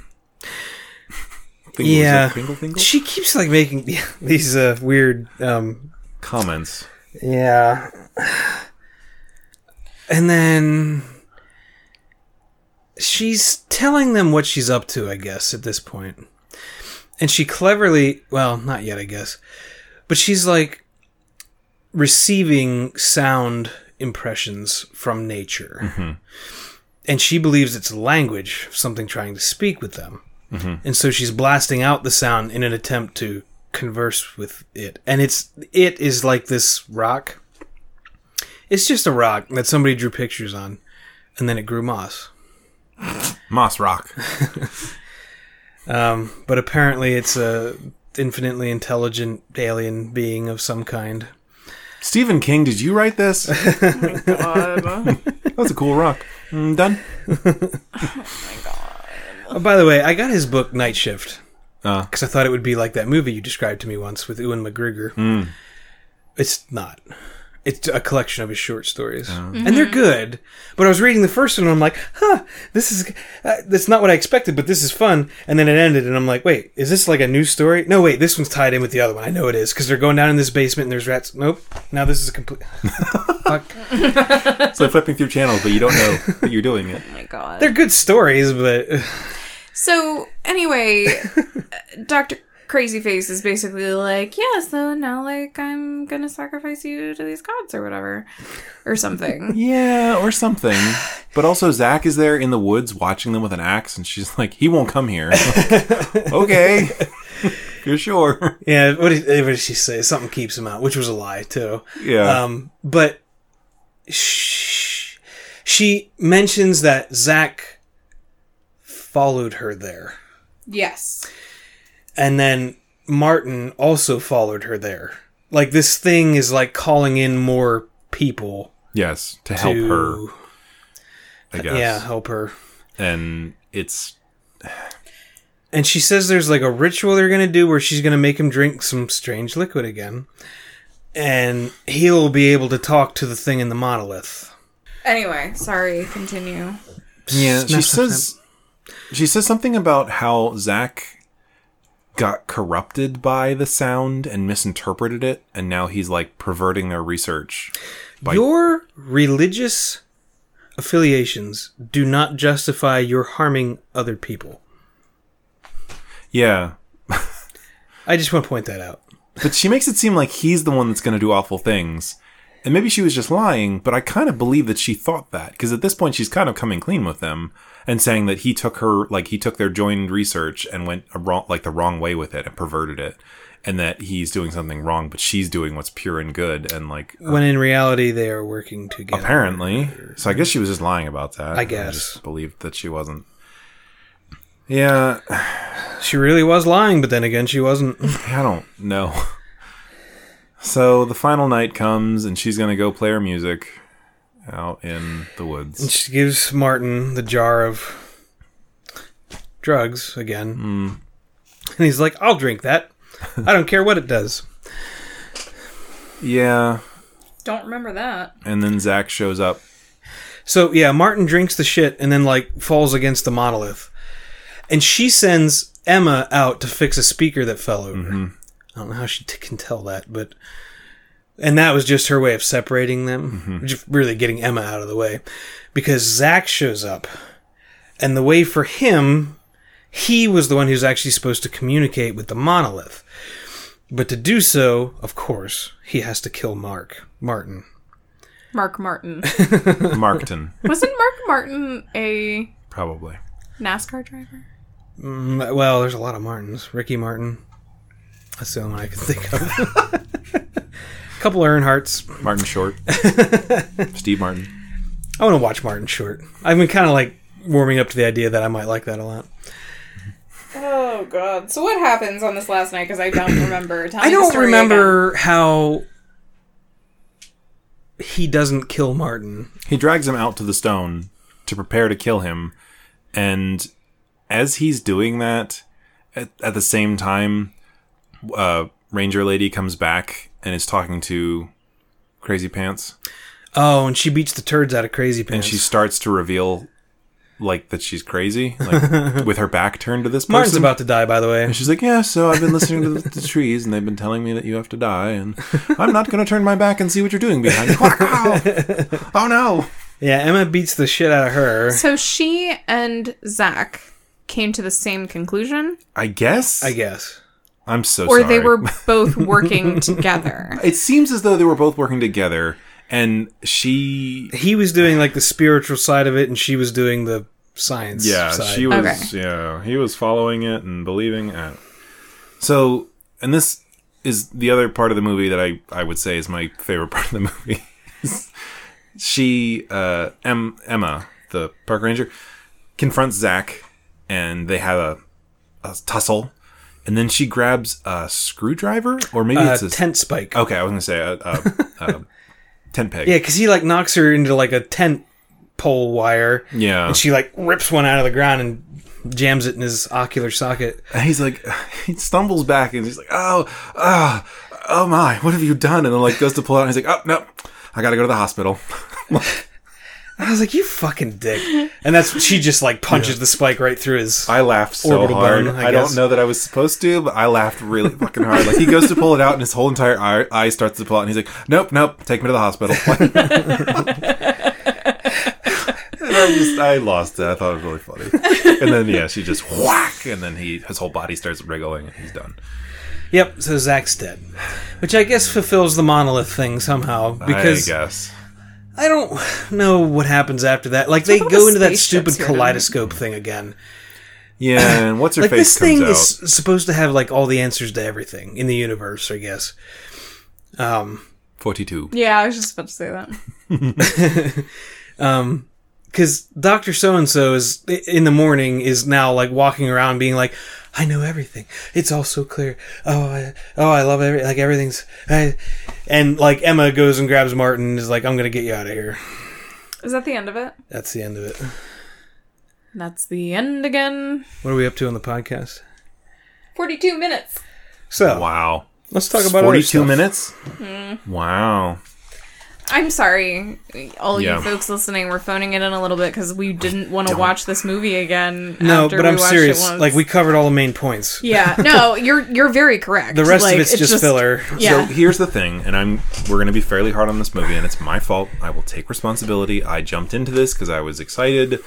G: is it
C: yeah.
G: Fingle, fingle?
C: She keeps like making these uh, weird um
G: Comments.
C: yeah. And then she's telling them what she's up to, I guess, at this point. And she cleverly, well, not yet, I guess, but she's like receiving sound impressions from nature. And she believes it's language, of something trying to speak with them. And so she's blasting out the sound in an attempt to converse with it. And it's it is like this rock. It's just a rock that somebody drew pictures on, and then it grew moss.
G: Moss Rock.
C: Um, but apparently, it's a infinitely intelligent alien being of some kind.
G: Stephen King, did you write this? That
H: God.
G: was a cool rock. Mm, done.
C: Oh, by the way, I got his book Night Shift
G: Uh,
C: because I thought it would be like that movie you described to me once with Ewan McGregor. It's not. It's a collection of his short stories, and they're good. But I was reading the first one, and I'm like, "Huh, this is uh, that's not what I expected, but this is fun." And then it ended, and I'm like, "Wait, is this like a new story? No, wait, this one's tied in with the other one. I know it is because they're going down in this basement, and there's rats. Nope. Now this is a complete."
G: so flipping through channels, but you don't know that you're doing it.
F: Oh my God.
C: They're good stories, but uh,
F: So anyway, Doctor Crazy Face is basically like, yeah, so now like I'm gonna sacrifice you to these gods or whatever, or something.
G: Yeah, or something. But also, Zach is there in the woods watching them with an axe, and she's like, "He won't come here." okay, you're sure.
C: Yeah, what did, what did she say? Something keeps him out, which was a lie too.
G: Yeah.
C: Um, but she, she mentions that Zach followed her there,
H: yes.
C: and then Martin also followed her there. Like this thing is like calling in more people
G: yes, to
C: to
G: help her, I guess.
C: yeah help her.
G: And it's
C: and she says there's like a ritual they're gonna do where she's gonna make him drink some strange liquid again, and he'll be able to talk to the thing in the monolith.
H: Anyway, sorry. Continue.
G: Yeah, she
C: Snuff, snuff,
G: says she says something about how Zach got corrupted by the sound and misinterpreted it, and now he's like perverting their research. By,
C: Your religious affiliations do not justify your harming other people.
G: yeah,
C: I just want to point that out.
G: but she makes it seem like he's the one that's going to do awful things, and maybe she was just lying. But I kind of believe that she thought that because at this point she's kind of coming clean with them and saying that he took her like he took their joined research and went a wrong like the wrong way with it and perverted it. And that he's doing something wrong, but she's doing what's pure and good, and like
C: When in reality, they are working together.
G: apparently. So I guess she was just lying about that.
C: I guess.
G: just believed that she wasn't. Yeah,
C: She really was lying, but then again, she wasn't.
G: I don't know. So the final night comes, and she's gonna go play her music out in the woods.
C: She gives Martin the jar of drugs again. And he's like, I'll drink that. I don't care what it does.
G: Yeah,
H: Don't remember that.
G: and then Zach shows up.
C: So, yeah, Martin drinks the shit and then, like, falls against the monolith. And she sends Emma out to fix a speaker that fell over. I don't know how she t- can tell that, but. And that was just her way of separating them, just really getting Emma out of the way. Because Zach shows up. And the way for him he was the one who's actually supposed to communicate with the monolith. But to do so, of course, he has to kill Mark Martin.
F: Mark Martin.
G: Markton,
F: Wasn't Mark Martin a
G: probably.
F: NASCAR driver?
C: Mm, Well, there's a lot of Martins. Ricky Martin. That's the only one I can think of. A couple Earnhardts.
G: Martin Short, Steve Martin.
C: I want to watch Martin Short. I've been kind of like warming up to the idea that I might like that a lot.
H: Oh god. So what happens on this last night? Because I don't remember. Tell
C: I
H: me the
C: don't
H: story
C: remember how he doesn't kill Martin.
G: He drags him out to the stone to prepare to kill him. And as he's doing that, at, at the same time, uh, Ranger Lady comes back and is talking to Crazy Pants.
C: Oh, and she beats the turds out of Crazy Pants.
G: And she starts to reveal, like, that she's crazy, like, with her back turned to this person.
C: Martin's about to die, by the way.
G: And she's like, yeah, so I've been listening to the, the trees, and they've been telling me that you have to die, and I'm not going to turn my back and see what you're doing behind me. oh, no.
C: Yeah, Emma beats the shit out of her.
F: So she and Zach came to the same conclusion,
G: I guess?
C: I guess.
G: I'm so
F: or
G: sorry.
F: they were both working together.
G: It seems as though they were both working together, and she.
C: He was doing like the spiritual side of it, and she was doing the science.
G: Yeah,
C: side.
G: she was. Yeah, he was following it and believing it. So, and this is the other part of the movie that I I would say is my favorite part of the movie. she, uh, em, Emma, the park ranger, confronts Zach, and they have a, a tussle. And then she grabs a screwdriver, or maybe
C: Uh,
G: it's a
C: tent spike.
G: Okay, I was gonna say a, a, a tent peg.
C: Yeah, because he like knocks her into like a tent pole wire,
G: yeah.
C: and she like rips one out of the ground and jams it in his ocular socket.
G: And he's like, he stumbles back and he's like, oh, oh, oh my, what have you done? And then like goes to pull out and he's like, oh, no, I gotta go to the hospital.
C: I was like, "You fucking dick!" And that's she just like punches the spike right through his.
G: I laughed so
C: Orbital
G: hard.
C: bone, I
G: I, don't
C: guess.
G: know that I was supposed to, but I laughed really fucking hard. Like he goes to pull it out and his whole entire eye, eye starts to pull out and he's like, nope, nope, take me to the hospital. and I just, I lost it. I thought it was really funny. And then, yeah, she just whack. And then he, his whole body starts wriggling and he's done.
C: Yep, so Zach's dead, which I guess fulfills the monolith thing somehow because
G: I guess.
C: I don't know what happens after that. Like they
F: about
C: go
F: the
C: into that
F: spaceships
C: stupid
F: here, don't they?
C: kaleidoscope thing again.
G: Yeah, and what's her
C: Like this
G: face comes
C: thing
G: out.
C: is supposed to have like all the answers to everything in the universe, I guess. Um,
G: 42.
F: yeah, I was just about to say that.
C: um, because Doctor So and So is in the morning is now like walking around being like, I know everything. It's all so clear. Oh, I, oh, I love every like everything's. I, and like Emma goes and grabs Martin and is like, I'm gonna get you out of here.
F: Is that the end of it?
C: That's the end of it.
F: That's the end again.
C: What are we up to on the podcast?
H: 42 minutes.
C: So
G: Wow.
C: let's talk about other
G: Forty-two
C: stuff. Mm-hmm.
G: minutes. Wow.
F: I'm sorry, all
G: Yeah.
F: you folks listening. We're phoning it in a little bit because we didn't want to watch this movie again.
C: No,
F: after
C: but
F: we
C: I'm
F: watched
C: serious.
F: It once.
C: Like we covered all the main points.
F: yeah, no, you're you're very correct.
C: The rest
F: Like,
C: of it's, just, filler.
F: Yeah,
G: So here's the thing, and I'm we're going to be fairly hard on this movie, and it's my fault. I will take responsibility. I jumped into this because I was excited,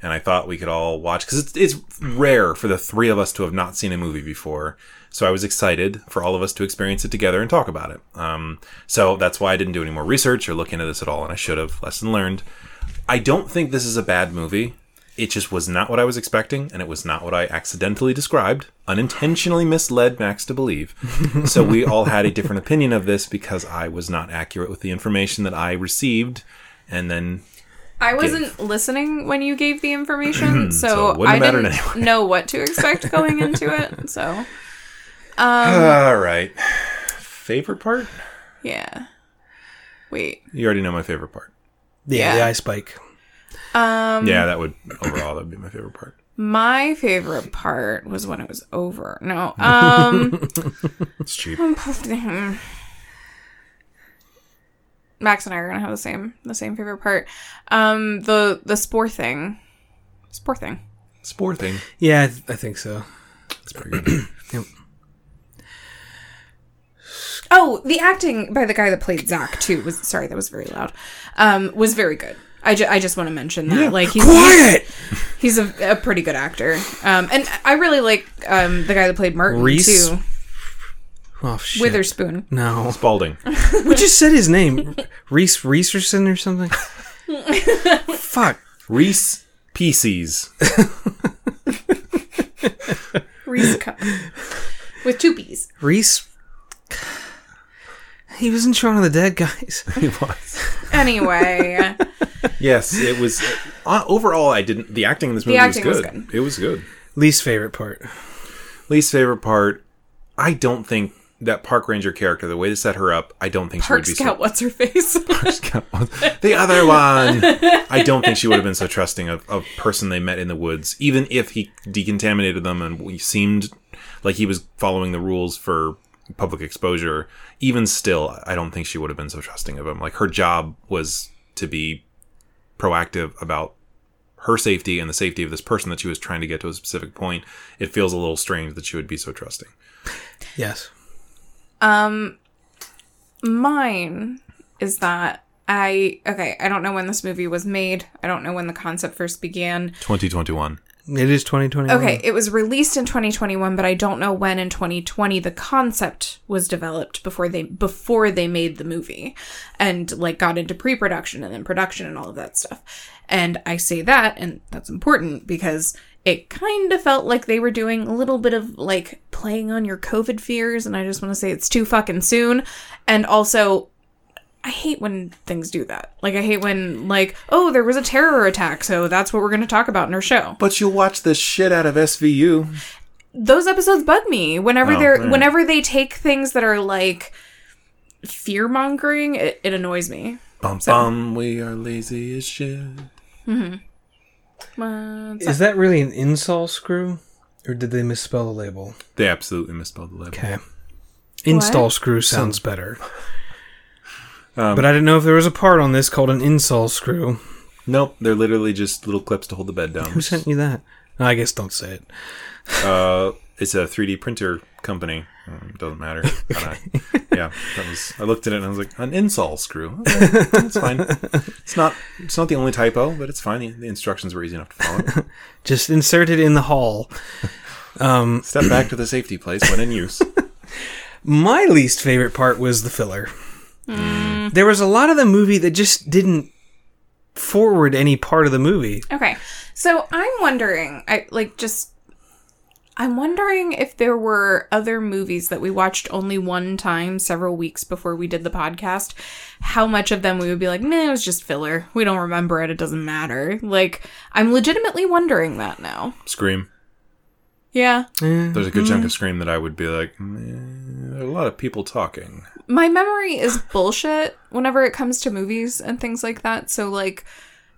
G: and I thought we could all watch because it's, it's rare for the three of us to have not seen a movie before. So I was excited for all of us to experience it together and talk about it. Um, so that's why I didn't do any more research or look into this at all, and I should have. Lesson learned. I don't think this is a bad movie. It just was not what I was expecting, and it was not what I accidentally described, unintentionally misled Max to believe. so we all had a different opinion of this because I was not accurate with the information that I received, and then
F: I wasn't listening when you gave the information, so,
G: So it wouldn't
F: I
G: have
F: didn't
G: mattered anyway.
F: know what to expect going into it. So
G: all right. Favorite part?
F: yeah, wait.
G: You already know my favorite part.
C: Yeah, the
F: Yeah.
C: eye spike.
G: yeah, that would overall that would be my favorite part.
F: My favorite part was when it was over. No, um,
G: It's cheap.
F: Hmm. Max and I are gonna have the same the same favorite part. Um, the the spore thing, spore thing.
G: Spore thing.
C: Yeah, I, th- I think so.
G: It's pretty good.
F: Oh, the acting by the guy that played Zach too was sorry that was very loud. Um, was very good. I, ju- I just want to mention that like he's
C: Quiet.
F: he's, he's a, a pretty good actor. Um, and I really like um the guy that played Martin
C: Reese
F: too,
C: Oh shit.
F: Witherspoon.
C: no.
G: Spalding.
C: We just said his name. Reese Reeserson or something? Fuck.
G: Reese Pieces.
H: Reese Cup. With two P's.
C: Reese. He was in Shaun of the Dead, guys.
G: He was.
F: Anyway,
G: Yes, it was. Uh, overall, I didn't. The acting in this movie was,
F: acting was
G: good. It was good.
C: Least favorite part.
G: Least favorite part. I don't think that park ranger character, the way they set her up, I don't think
F: Park
G: she would be
F: Scout, what's her face?
G: the other one. I don't think she would have been so trusting of a person they met in the woods, even if he decontaminated them and we seemed like he was following the rules for public exposure. Even still, I don't think she would have been so trusting of him. Like her job was to be proactive about her safety and the safety of this person that she was trying to get to a specific point. It feels a little strange that she would be so trusting.
C: Yes.
F: Um, mine is that I okay. I don't know when this movie was made. I don't know when the concept first began.
G: 2021.
C: It is 2021.
F: Okay, it was released in 2021, but I don't know when in 2020 the concept was developed before they before they made the movie and like got into pre-production and then production and all of that stuff. And I say that and that's important because it kind of felt like they were doing a little bit of like playing on your COVID fears and I just want to say it's too fucking soon and also I hate when things do that. Like I hate when like oh there was a terror attack, so that's what we're going to talk about in our show
G: But you'll watch the shit out of SVU.
F: those episodes bug me whenever
G: Oh,
F: they're
G: man.
F: whenever they take things that are like fear mongering it, it annoys me
G: Bum bum, we are lazy as shit.
F: What's
C: Is that really an insole screw? Or did they misspell the label?
G: They absolutely misspelled the label.
C: Okay. Install screw sounds better.
G: Um,
C: but I didn't know if there was a part on this called an insole screw.
G: Nope, they're literally just little clips to hold the bed down.
C: Who sent you that? I guess don't say it.
G: Uh, it's a 3D printer company. Um, doesn't matter. Kinda- yeah, that was. I looked at it and I was like, an insole screw. Okay, that's fine. It's not. It's not the only typo, but it's fine. The, the instructions were easy enough to follow.
C: Just insert it in the hall.
G: Step back to the safety place when in use.
C: My least favorite part was the filler. There was a lot of the movie that just didn't forward any part of the movie.
F: okay so i'm wondering i like just i'm wondering if there were other movies that we watched only one time several weeks before we did the podcast how much of them we would be like man it was just filler we don't remember it it doesn't matter like i'm legitimately wondering that now
G: Scream.
F: yeah
G: There's a good chunk of Scream that I would be like, "Mm, there are a lot of people talking.
F: my memory is bullshit whenever it comes to movies and things like that. So like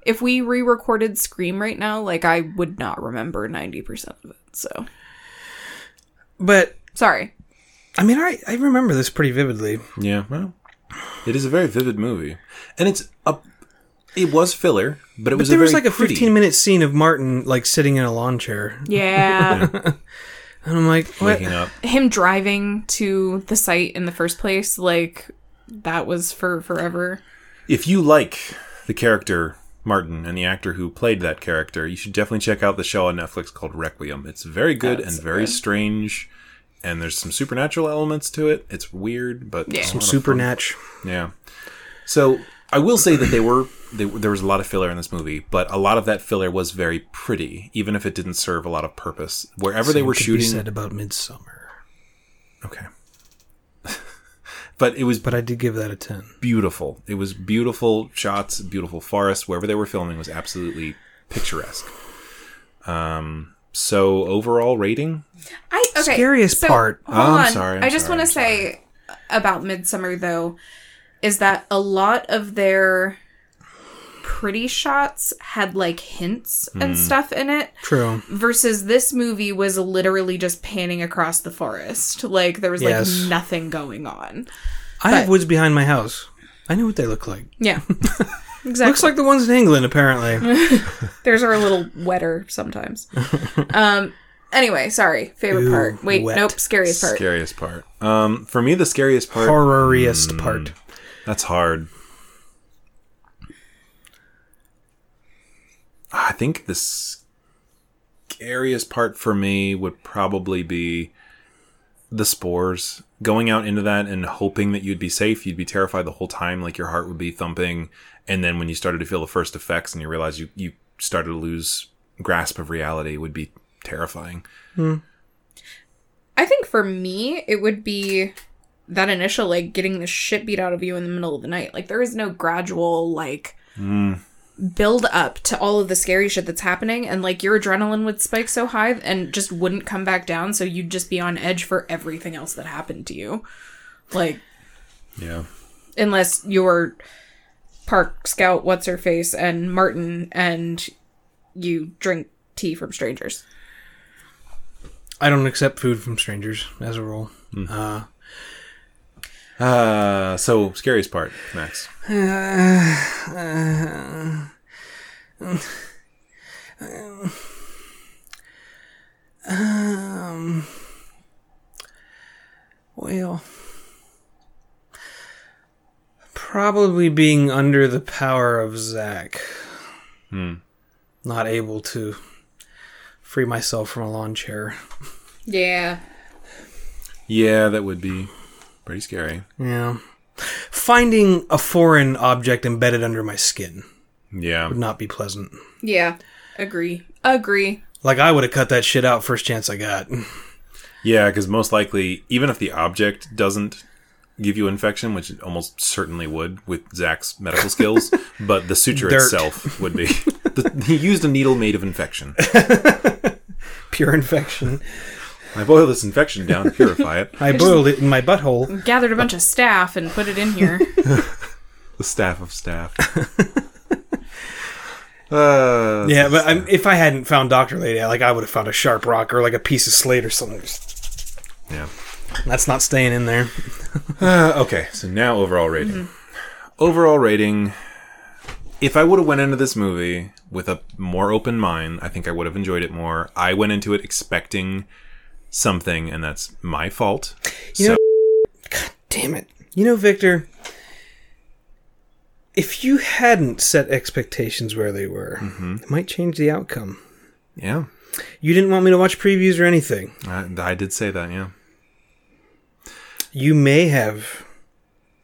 F: if we re-recorded Scream right now, like I would not remember ninety percent of it. So
C: But
F: sorry.
C: I mean, I, I remember this pretty vividly.
G: Yeah, well, it is a very vivid movie, and it's a. It was filler, but it
C: But
G: was
C: there
G: a
C: was
G: very
C: like a
G: pretty-
C: 15 minute scene of Martin like sitting in a lawn chair.
F: Yeah.
C: And I'm like, what?
G: waking up.
F: Him driving to the site in the first place, like that was for forever.
G: If you like the character Martin and the actor who played that character, you should definitely check out the show on Netflix called Requiem. It's very good and very strange, and there's some supernatural elements to it. It's weird, but yeah.
C: Some supernatch.
G: Yeah. So I will say that they were they, were- there was a lot of filler in this movie, but a lot of that filler was very pretty, even if it didn't serve a lot of purpose. Wherever they were
C: Could be
G: shooting,
C: said about Midsummer.
G: okay. but it was
C: But I did give that a 10.
G: beautiful. It was beautiful shots, beautiful forests. Wherever they were filming was absolutely picturesque. Um. So overall rating,
H: I okay.
C: Scariest
H: so-
C: part.
H: Hold
G: Oh, I'm
H: on.
G: sorry, I'm
H: I just
G: sorry,
H: want
G: I'm
H: to say about Midsummer though, is that a lot of their pretty shots had like hints
G: Hmm.
H: and stuff in it
C: True.
H: versus this movie was literally just panning across the forest like there was like
C: Yes.
H: nothing going on
C: I have woods behind my house. I know what they look like.
H: yeah exactly
C: Looks like the ones in England, apparently.
H: Theirs are a little wetter sometimes. um. Anyway, sorry. Favorite
C: Ooh,
H: part. Wait,
C: wet.
H: nope. Scariest part.
G: scariest part. Um, for me, the scariest part.
C: Horroriest part.
G: That's hard. I think the scariest part for me would probably be the spores. Going out into that and hoping that you'd be safe, you'd be terrified the whole time, like your heart would be thumping. And then when you started to feel the first effects and you realize you, you started to lose grasp of reality would be terrifying.
H: I think for me, it would be that initial like getting the shit beat out of you in the middle of the night. Like there is no gradual like build up to all of the scary shit that's happening, and like your adrenaline would spike so high and just wouldn't come back down. So you'd just be on edge for everything else that happened to you. Like
G: Yeah.
H: unless you're Park Scout, what's her face, and Martin, and you drink tea from strangers.
C: I don't accept food from strangers, as a rule. Uh,
G: Uh, so, scariest part, Max.
C: Um. Well, probably being under the power of Zach. Not able to free myself from a lawn chair.
H: Yeah.
G: Yeah, that would be pretty scary.
C: Yeah. Finding a foreign object embedded under my skin
G: Yeah.
C: would not be pleasant.
H: Yeah. Agree. Agree.
C: Like I would have cut that shit out first chance I got.
G: Yeah, because most likely, even if the object doesn't give you infection, which it almost certainly would with Zach's medical skills, but the suture
C: Dirt.
G: itself would be. The, he used a needle made of infection.
C: Pure infection.
G: I boil this infection down to purify it.
C: I boiled it in my butthole.
F: Gathered a bunch of staff and put it in here.
G: The staff of staff. Uh,
C: Yeah, but I'm, if I hadn't found Doctor Lady, like I would have found a sharp rock or like a piece of slate or something. Just-
G: yeah.
C: That's not staying in there.
G: Uh, okay, so now overall rating. Overall rating. If I would have went into this movie with a more open mind, I think I would have enjoyed it more. I went into it expecting something, and that's my fault.
C: Damn it. You know, Victor, if you hadn't set expectations where they were, it might change the outcome.
G: Yeah,
C: You didn't want me to watch previews or anything.
G: I, I did say that. Yeah,
C: You may have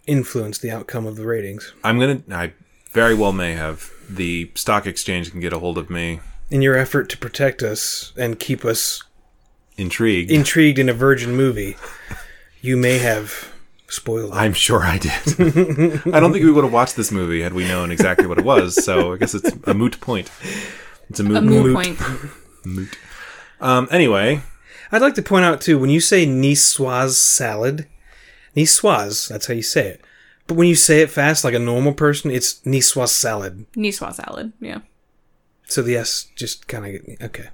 C: influenced the outcome of the ratings.
G: I'm gonna. I very well may have. The stock exchange can get a hold of me.
C: In your effort to protect us and keep us
G: Intrigued.
C: intrigued in a virgin movie, you may have spoiled it.
G: I'm sure I did. I don't think we would have watched this movie had we known exactly what it was. So I guess it's a moot point. It's a moot,
F: Moot point.
G: moot. Um, anyway,
C: I'd like to point out, too, when you say niçoise salad, niçoise, that's how you say it. But when you say it fast, like a normal person, it's Niswa salad.
F: Niswa salad. Yeah.
C: So the S just kind of okay.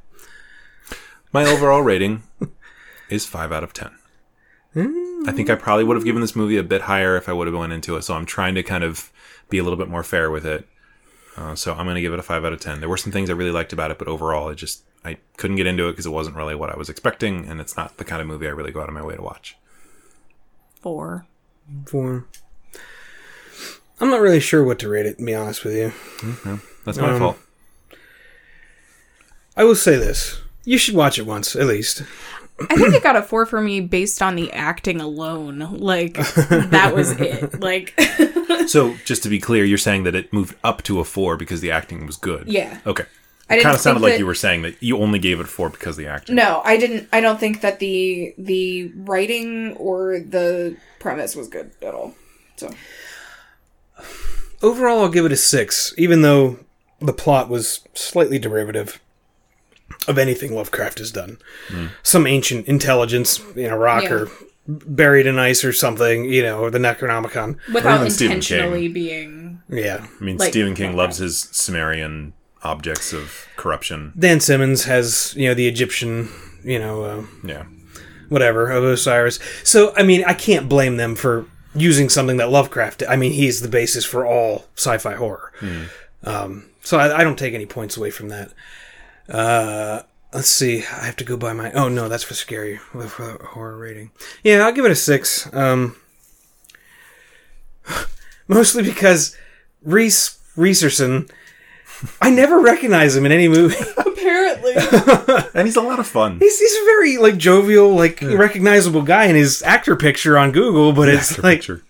G: My overall rating is five out of ten. I think I probably would have given this movie a bit higher if I would have went into it. So I'm trying to kind of be a little bit more fair with it. Uh, so I'm going to give it a five out of ten. There were some things I really liked about it, but overall, it just I couldn't get into it because it wasn't really what I was expecting, and it's not the kind of movie I really go out of my way to watch.
F: Four.
C: For I'm not really sure what to rate it. To be honest with you,
G: That's my
C: Um,
G: fault.
C: I will say this: you should watch it once at least.
F: I think it got a four for me based on the acting alone. Like that was it. Like
G: So just to be clear, you're saying that it moved up to a four because the acting was good.
H: Yeah.
G: Okay.
H: I
G: It
H: didn't
G: kind of sounded
H: think
G: like
H: that-
G: you were saying that you only gave it four because of the acting.
H: No, I didn't. I don't think that the the writing or the premise was good at all. So
C: Overall, I'll give it a six, even though the plot was slightly derivative of anything Lovecraft has done. Some ancient intelligence in a rock
H: Yeah.
C: or buried in ice or something, you know, or the Necronomicon.
H: without
G: even Stephen
H: intentionally being
C: Yeah.
G: I mean,
H: Like-
G: Stephen King loves his Sumerian objects of corruption.
C: Dan Simmons has, you know, the Egyptian, you know, uh,
G: Yeah.
C: whatever, of Osiris. So, I mean, I can't blame them for using something that Lovecraft did. I mean, he's the basis for all sci fi horror. Um, so I, I don't take any points away from that. Uh, let's see. I have to go by my. Oh, no, that's for scary for the horror rating. Yeah, I'll give it a six. Um, mostly because Reese Reeserson. I never recognize him in any movie.
H: apparently
G: And he's a lot of fun.
C: He's, he's a very like jovial, like recognizable guy in his actor picture on Google, but it's
G: Actor
C: like
G: picture.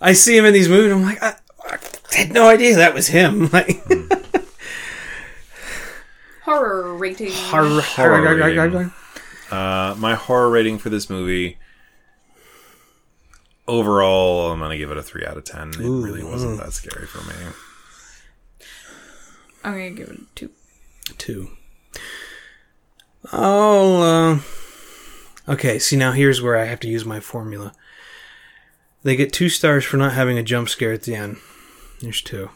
C: I see him in these movies. I'm like, I, I had no idea that was him. Like,
H: horror rating.
C: horror,
G: Horror rating. Uh, my horror rating for this movie, overall, I'm going to give it a three out of 10. It really wasn't that scary for me.
F: I'm gonna give it a two.
C: two. Oh, uh, okay. See, now here's where I have to use my formula. They get two stars for not having a jump scare at the end. There's two.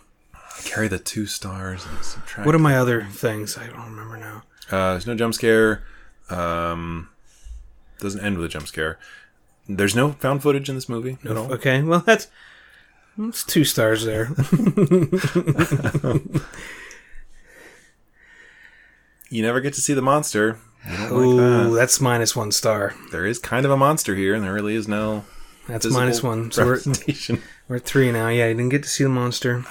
G: Carry the two stars and subtract.
C: What are my other things? I don't remember now.
G: Uh, there's no jump scare. Um, doesn't end with a jump scare. There's no found footage in this movie at all.
C: Okay, well that's that's two stars there.
G: You never get to see the monster. You don't like
C: Ooh,
G: that.
C: that's minus one star.
G: There is kind of a monster here, and there really is no
C: That's
G: visible
C: minus one. So we're,
G: representation.
C: we're at three now. Yeah, you didn't get to see the monster.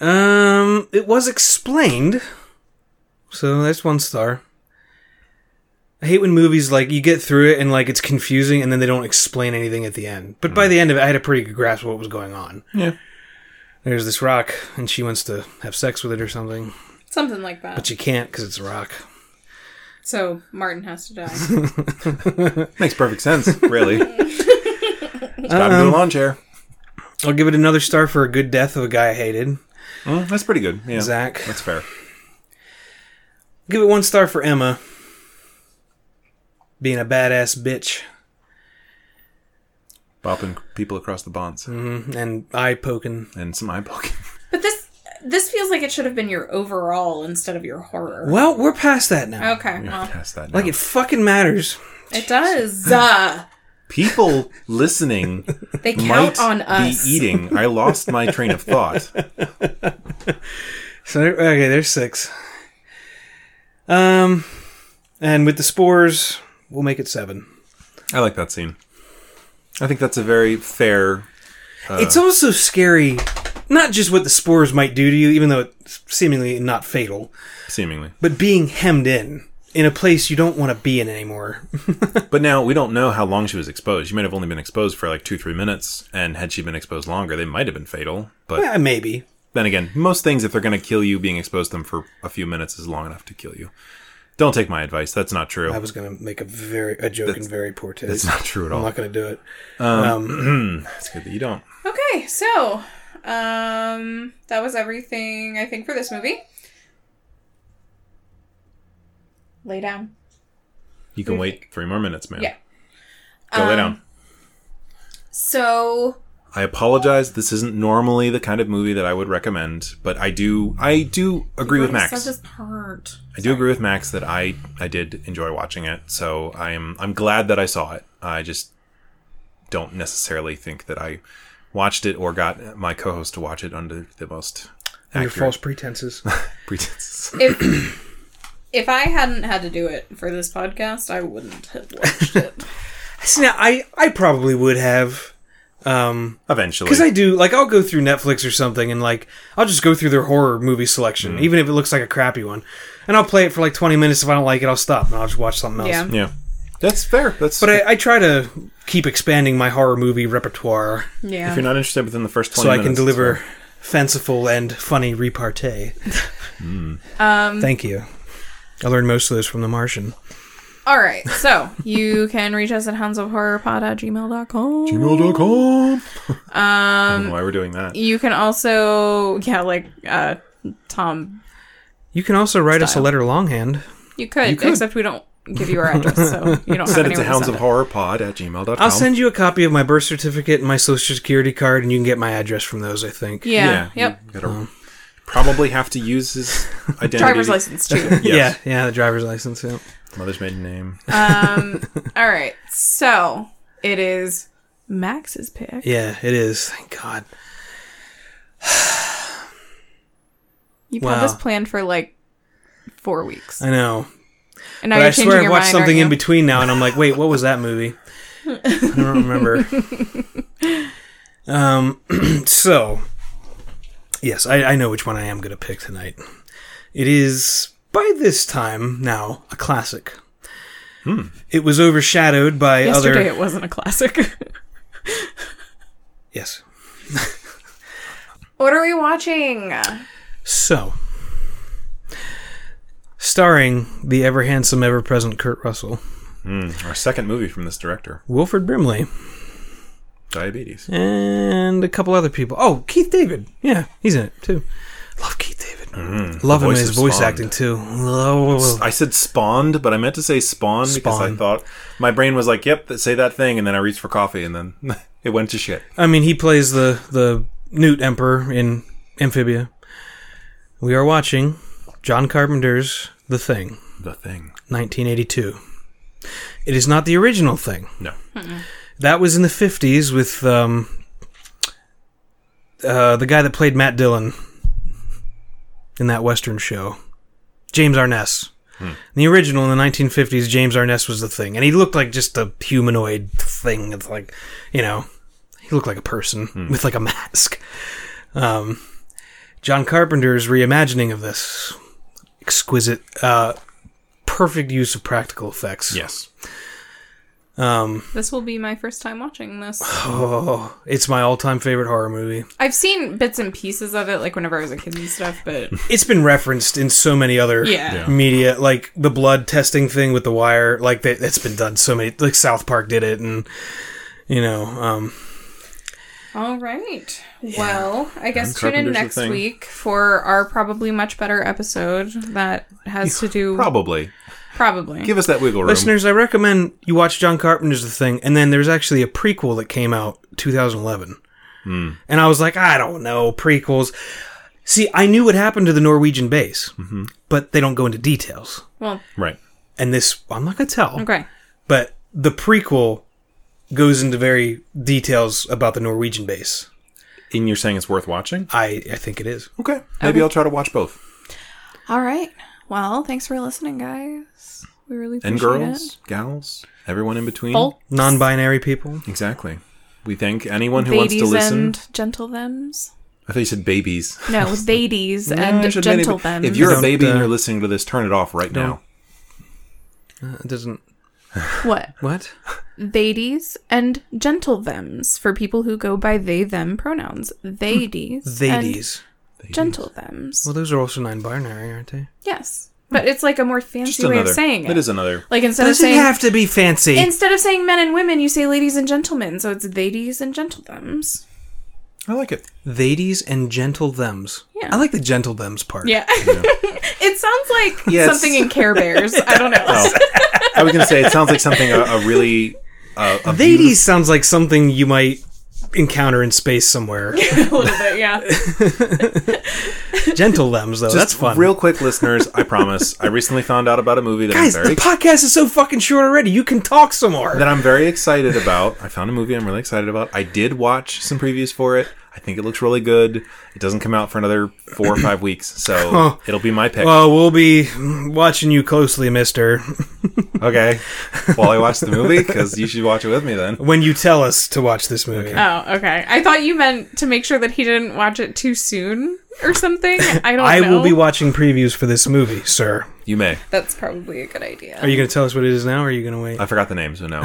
G: Uh,
C: um, it was explained, so that's one star. I hate when movies like you get through it and like it's confusing, and then they don't explain anything at the end. But by the end of it, I had a pretty good grasp of what was going on.
G: Mm. Yeah.
C: There's this rock, and she wants to have sex with it or something,
H: Something like that.
C: but she can't because it's a rock.
H: So Martin has to die.
G: Makes perfect sense, really. Just
C: Um,
G: got into a lawn chair.
C: I'll give it another star for a good death of a guy I hated.
G: Mm, that's pretty good. Yeah,
C: Zach.
G: that's fair.
C: Give it one star for Emma. Being a badass bitch
G: Bopping people across the bonds
C: Mm. and eye poking.
G: and some eye poking.
H: but this this feels like it should have been your overall instead of your horror.
C: Well, we're past that now.
H: Okay, well
G: Pass that.
C: Like
G: now.
C: it fucking matters.
H: it does. Uh,
G: people listening
H: they
G: might
H: count on us.
G: be eating. I lost my train of thought.
C: So there, okay, there's six. Um, and with the spores, we'll make it seven.
G: I like that scene. I think that's a very fair. Uh.
C: it's also scary, not just what the spores might do to you, even though it's seemingly not fatal,
G: Seemingly.
C: but being hemmed in in a place you don't want to be in anymore.
G: But now we don't know how long she was exposed. She might have only been exposed for like two, three minutes. And had she been exposed longer, they might have been fatal. But
C: Yeah, maybe.
G: then again, most things, if they're going to kill you, being exposed to them for a few minutes is long enough to kill you. Don't take my advice. That's not true.
C: I was gonna make a very a joke in very poor taste.
G: That's not true at
C: I'm
G: all.
C: not gonna do it.
G: That's Hmm, good that you don't.
H: Okay, so um that was everything I think for this movie. Lay down.
G: You can wait three more minutes, man.
H: Yeah.
G: Go lay down.
F: So
G: I apologize. This isn't normally the kind of movie that I would recommend, but I do I do agree with Max.
F: this part.
G: I do agree with Max that I I did enjoy watching it. So I'm I'm glad that I saw it. I just don't necessarily think that I watched it or got my co-host to watch it under the most
C: Under false
G: accurate
C: pretenses.
G: pretenses.
F: If if I hadn't had to do it for this podcast, I wouldn't have watched it.
C: See, now I I probably would have. Um,
G: Eventually,
C: Because I do, like, I'll go through Netflix or something and, like, I'll just go through their horror movie selection,
G: Mm.
C: even if it looks like a crappy one. And I'll play it for like 20 minutes. If I don't like it, I'll stop and I'll just watch something else.
F: Yeah.
G: yeah, that's fair. That's
C: But I, I try to keep expanding my horror movie repertoire
G: if
F: Yeah.
G: you're not interested within the first twenty
C: so I
G: minutes,
C: can
G: it's
C: deliver
G: fine.
C: fanciful and funny repartee.
G: Mm.
C: um, Thank you. I learned most of those from The Martian.
F: All right. So you can reach us at houndsofhorrorpod at gmail.com.
G: gmail.com. I
C: Um,
G: don't know why we're doing that.
F: You can also, yeah, like uh, Tom,
C: You can also write us a letter longhand.
F: you could, except we don't give you our address, so you don't have
G: Send it
F: anywhere
G: to
F: to send it.
G: houndsofhorrorpod at gmail.com.
C: I'll send you a copy of my birth certificate and my social security card, and you can get my address from those, I think.
F: Yeah. Yep.
G: you gotta probably have to use his identity.
F: Driver's license too.
G: Yes.
C: Yeah, yeah, the driver's license, yeah.
G: Mother's maiden name.
F: Um, All right. So it is Max's pick.
C: Yeah, it is. Thank God.
F: You've
C: Wow.
F: had this planned for like four weeks,
C: I know.
F: and now
C: but
F: you're
C: I
F: changing
C: swear I've
F: your
C: watched
F: mind,
C: something
F: aren't
C: in
F: you?
C: between now, and I'm like, wait, what was that movie? I don't remember. um, so, yes, I, I know which one I am going to pick tonight. It is, by this time now, a classic. It was overshadowed by
F: Yesterday
C: other.
F: it wasn't a classic.
C: Yes.
F: what are we watching?
C: So, starring the ever handsome, ever present Kurt Russell,
G: Our second movie from this director,
C: Wilfred Brimley.
G: Diabetes.
C: and a couple other people. Oh, Keith David. Yeah, he's in it too. Love Keith David. Love
G: Mm-hmm. The
C: him in
G: voice
C: his
G: of
C: voice
G: Spawn.
C: acting too. Oh,
G: I said spawned, but I meant to say spawn, because I
C: Spawn.
G: thought my brain was like, "Yep, th- say that thing," and then I reached for coffee, and then it went to shit.
C: I mean, he plays the the Newt Emperor in Amphibia. We are watching John Carpenter's The Thing,
G: The thing.
C: 1982. It is not the original thing.
G: No.
C: That was in the 50s with um, uh, the guy that played Matt Dillon in that Western show, James Arness. In the original in the 1950s, James Arness was the thing, and he looked like just a humanoid thing. It's like, you know, he looked like a person with like a mask. Um, John Carpenter's reimagining of this exquisite, uh, perfect use of practical effects.
G: Yes.
F: This will be my first time watching this.
C: Oh, it's my all-time favorite horror movie.
F: I've seen bits and pieces of it, like whenever I was a kid and stuff, but
C: it's been referenced in so many other
F: Yeah. Yeah.
C: media, like the blood testing thing with the wire. Like that, that's been done so many. Like South Park did it, and you know, um,
F: All right. Well, I guess
G: John
F: tune in
G: Carpenter's the
F: next
G: thing.
F: week for our probably much better episode that has to do
G: Probably.
F: probably.
G: Give us that wiggle room.
C: listeners, I recommend you watch John Carpenter's The Thing, and then there's actually a prequel that came out 2011, and I was like, I don't know prequels. See, I knew what happened to the Norwegian base, but they don't go into details.
F: well,
G: Right.
C: And this, I'm not gonna tell.
F: okay.
C: but the prequel goes into very details about the Norwegian base.
G: And you're saying it's worth watching?
C: I, I think it is.
G: Okay. Maybe I'll try to watch both.
F: All right. Well, thanks for listening, guys. We really appreciate
G: And
F: it.
G: girls, gals, everyone in between.
F: Folk,
C: Non-binary people.
G: Exactly. We thank anyone who wants to
F: ladies,
G: listen.
F: and gentle thems.
G: I thought you said babies.
F: No, ladies
G: I
F: and
G: should
F: gentle
G: maybe-
F: thems.
G: If you're a
C: Don't,
G: baby and
C: uh,
G: you're listening to this, turn it off right now.
C: Uh, It doesn't.
F: what
C: What?
F: ladies and gentle thems for people who go by they them pronouns. Ladies,
C: Thadies.
F: and gentle thems.
C: Well, those are also non-binary, aren't they?
F: Yes, but it's like a more fancy way of saying it.
G: That is another.
F: like instead of
C: Does it
F: saying
C: have to be fancy?
F: instead of saying men and women, you say ladies and gentlemen. So it's ladies and gentlethems.
G: I like it.
C: Thadies and gentle thems.
F: Yeah.
C: I like the gentle thems part.
F: Yeah, it sounds like
G: Yes.
F: something in Care Bears. I don't know.
G: Oh. I was gonna say it sounds like something a, a really. Uh, a
C: Thadies sounds like something you might encounter in space somewhere.
I: a little bit, yeah.
C: Gentle lems though, that's fun.
G: Real quick, listeners, I promise. I recently found out about a movie that
C: Guys,
G: I'm very
C: the podcast is so fucking short already. You can talk some more.
G: that I'm very excited about. I found a movie I'm really excited about. I did watch some previews for it. I think it looks really good. It doesn't come out for another four or five weeks, so it'll be my pick.
C: Oh. well, we'll be watching you closely, Mister.
G: okay, while I watch the movie, because you should watch it with me then.
C: When you tell us to watch this movie,
F: Oh, okay. I thought you meant to make sure that he didn't watch it too soon or something. I don't
C: I
F: know.
C: will be watching previews for this movie, sir.
G: You may.
F: That's probably a good idea.
C: Are you going to tell us what it is now, or are you going to wait?
G: I forgot the name, so no.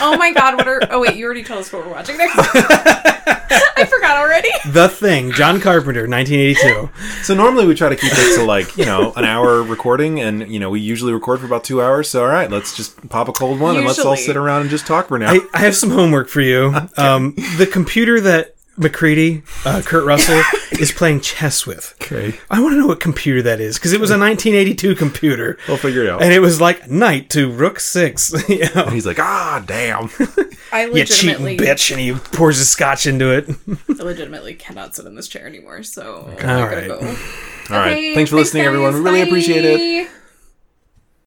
F: Oh my god, what are. Oh, wait, you already told us what we're watching next. I forgot already.
C: the Thing, John Carpenter, 1982.
G: so normally we try to keep it to like you know an hour recording, and you know we usually record for about two hours. So all right, let's just pop a cold one and let's all
F: Usually.
G: sit around and just talk for now.
C: I, I have some homework for you. Um, the computer that McCready, uh, Kurt Russell, is playing chess with.
G: okay,
C: I want to know what computer that is because it was a 1982 computer,
G: we'll figure it out.
C: and it was like knight to rook six. you know.
G: He's like, ah, damn.
F: I
C: You cheating
F: legitimately,
C: bitch, and he pours his scotch into it.
F: legitimately cannot sit in this chair anymore, so.
C: All
F: I gotta
C: right.
F: go.
G: All right. Thanks for listening, everyone. We really appreciate it.
F: it.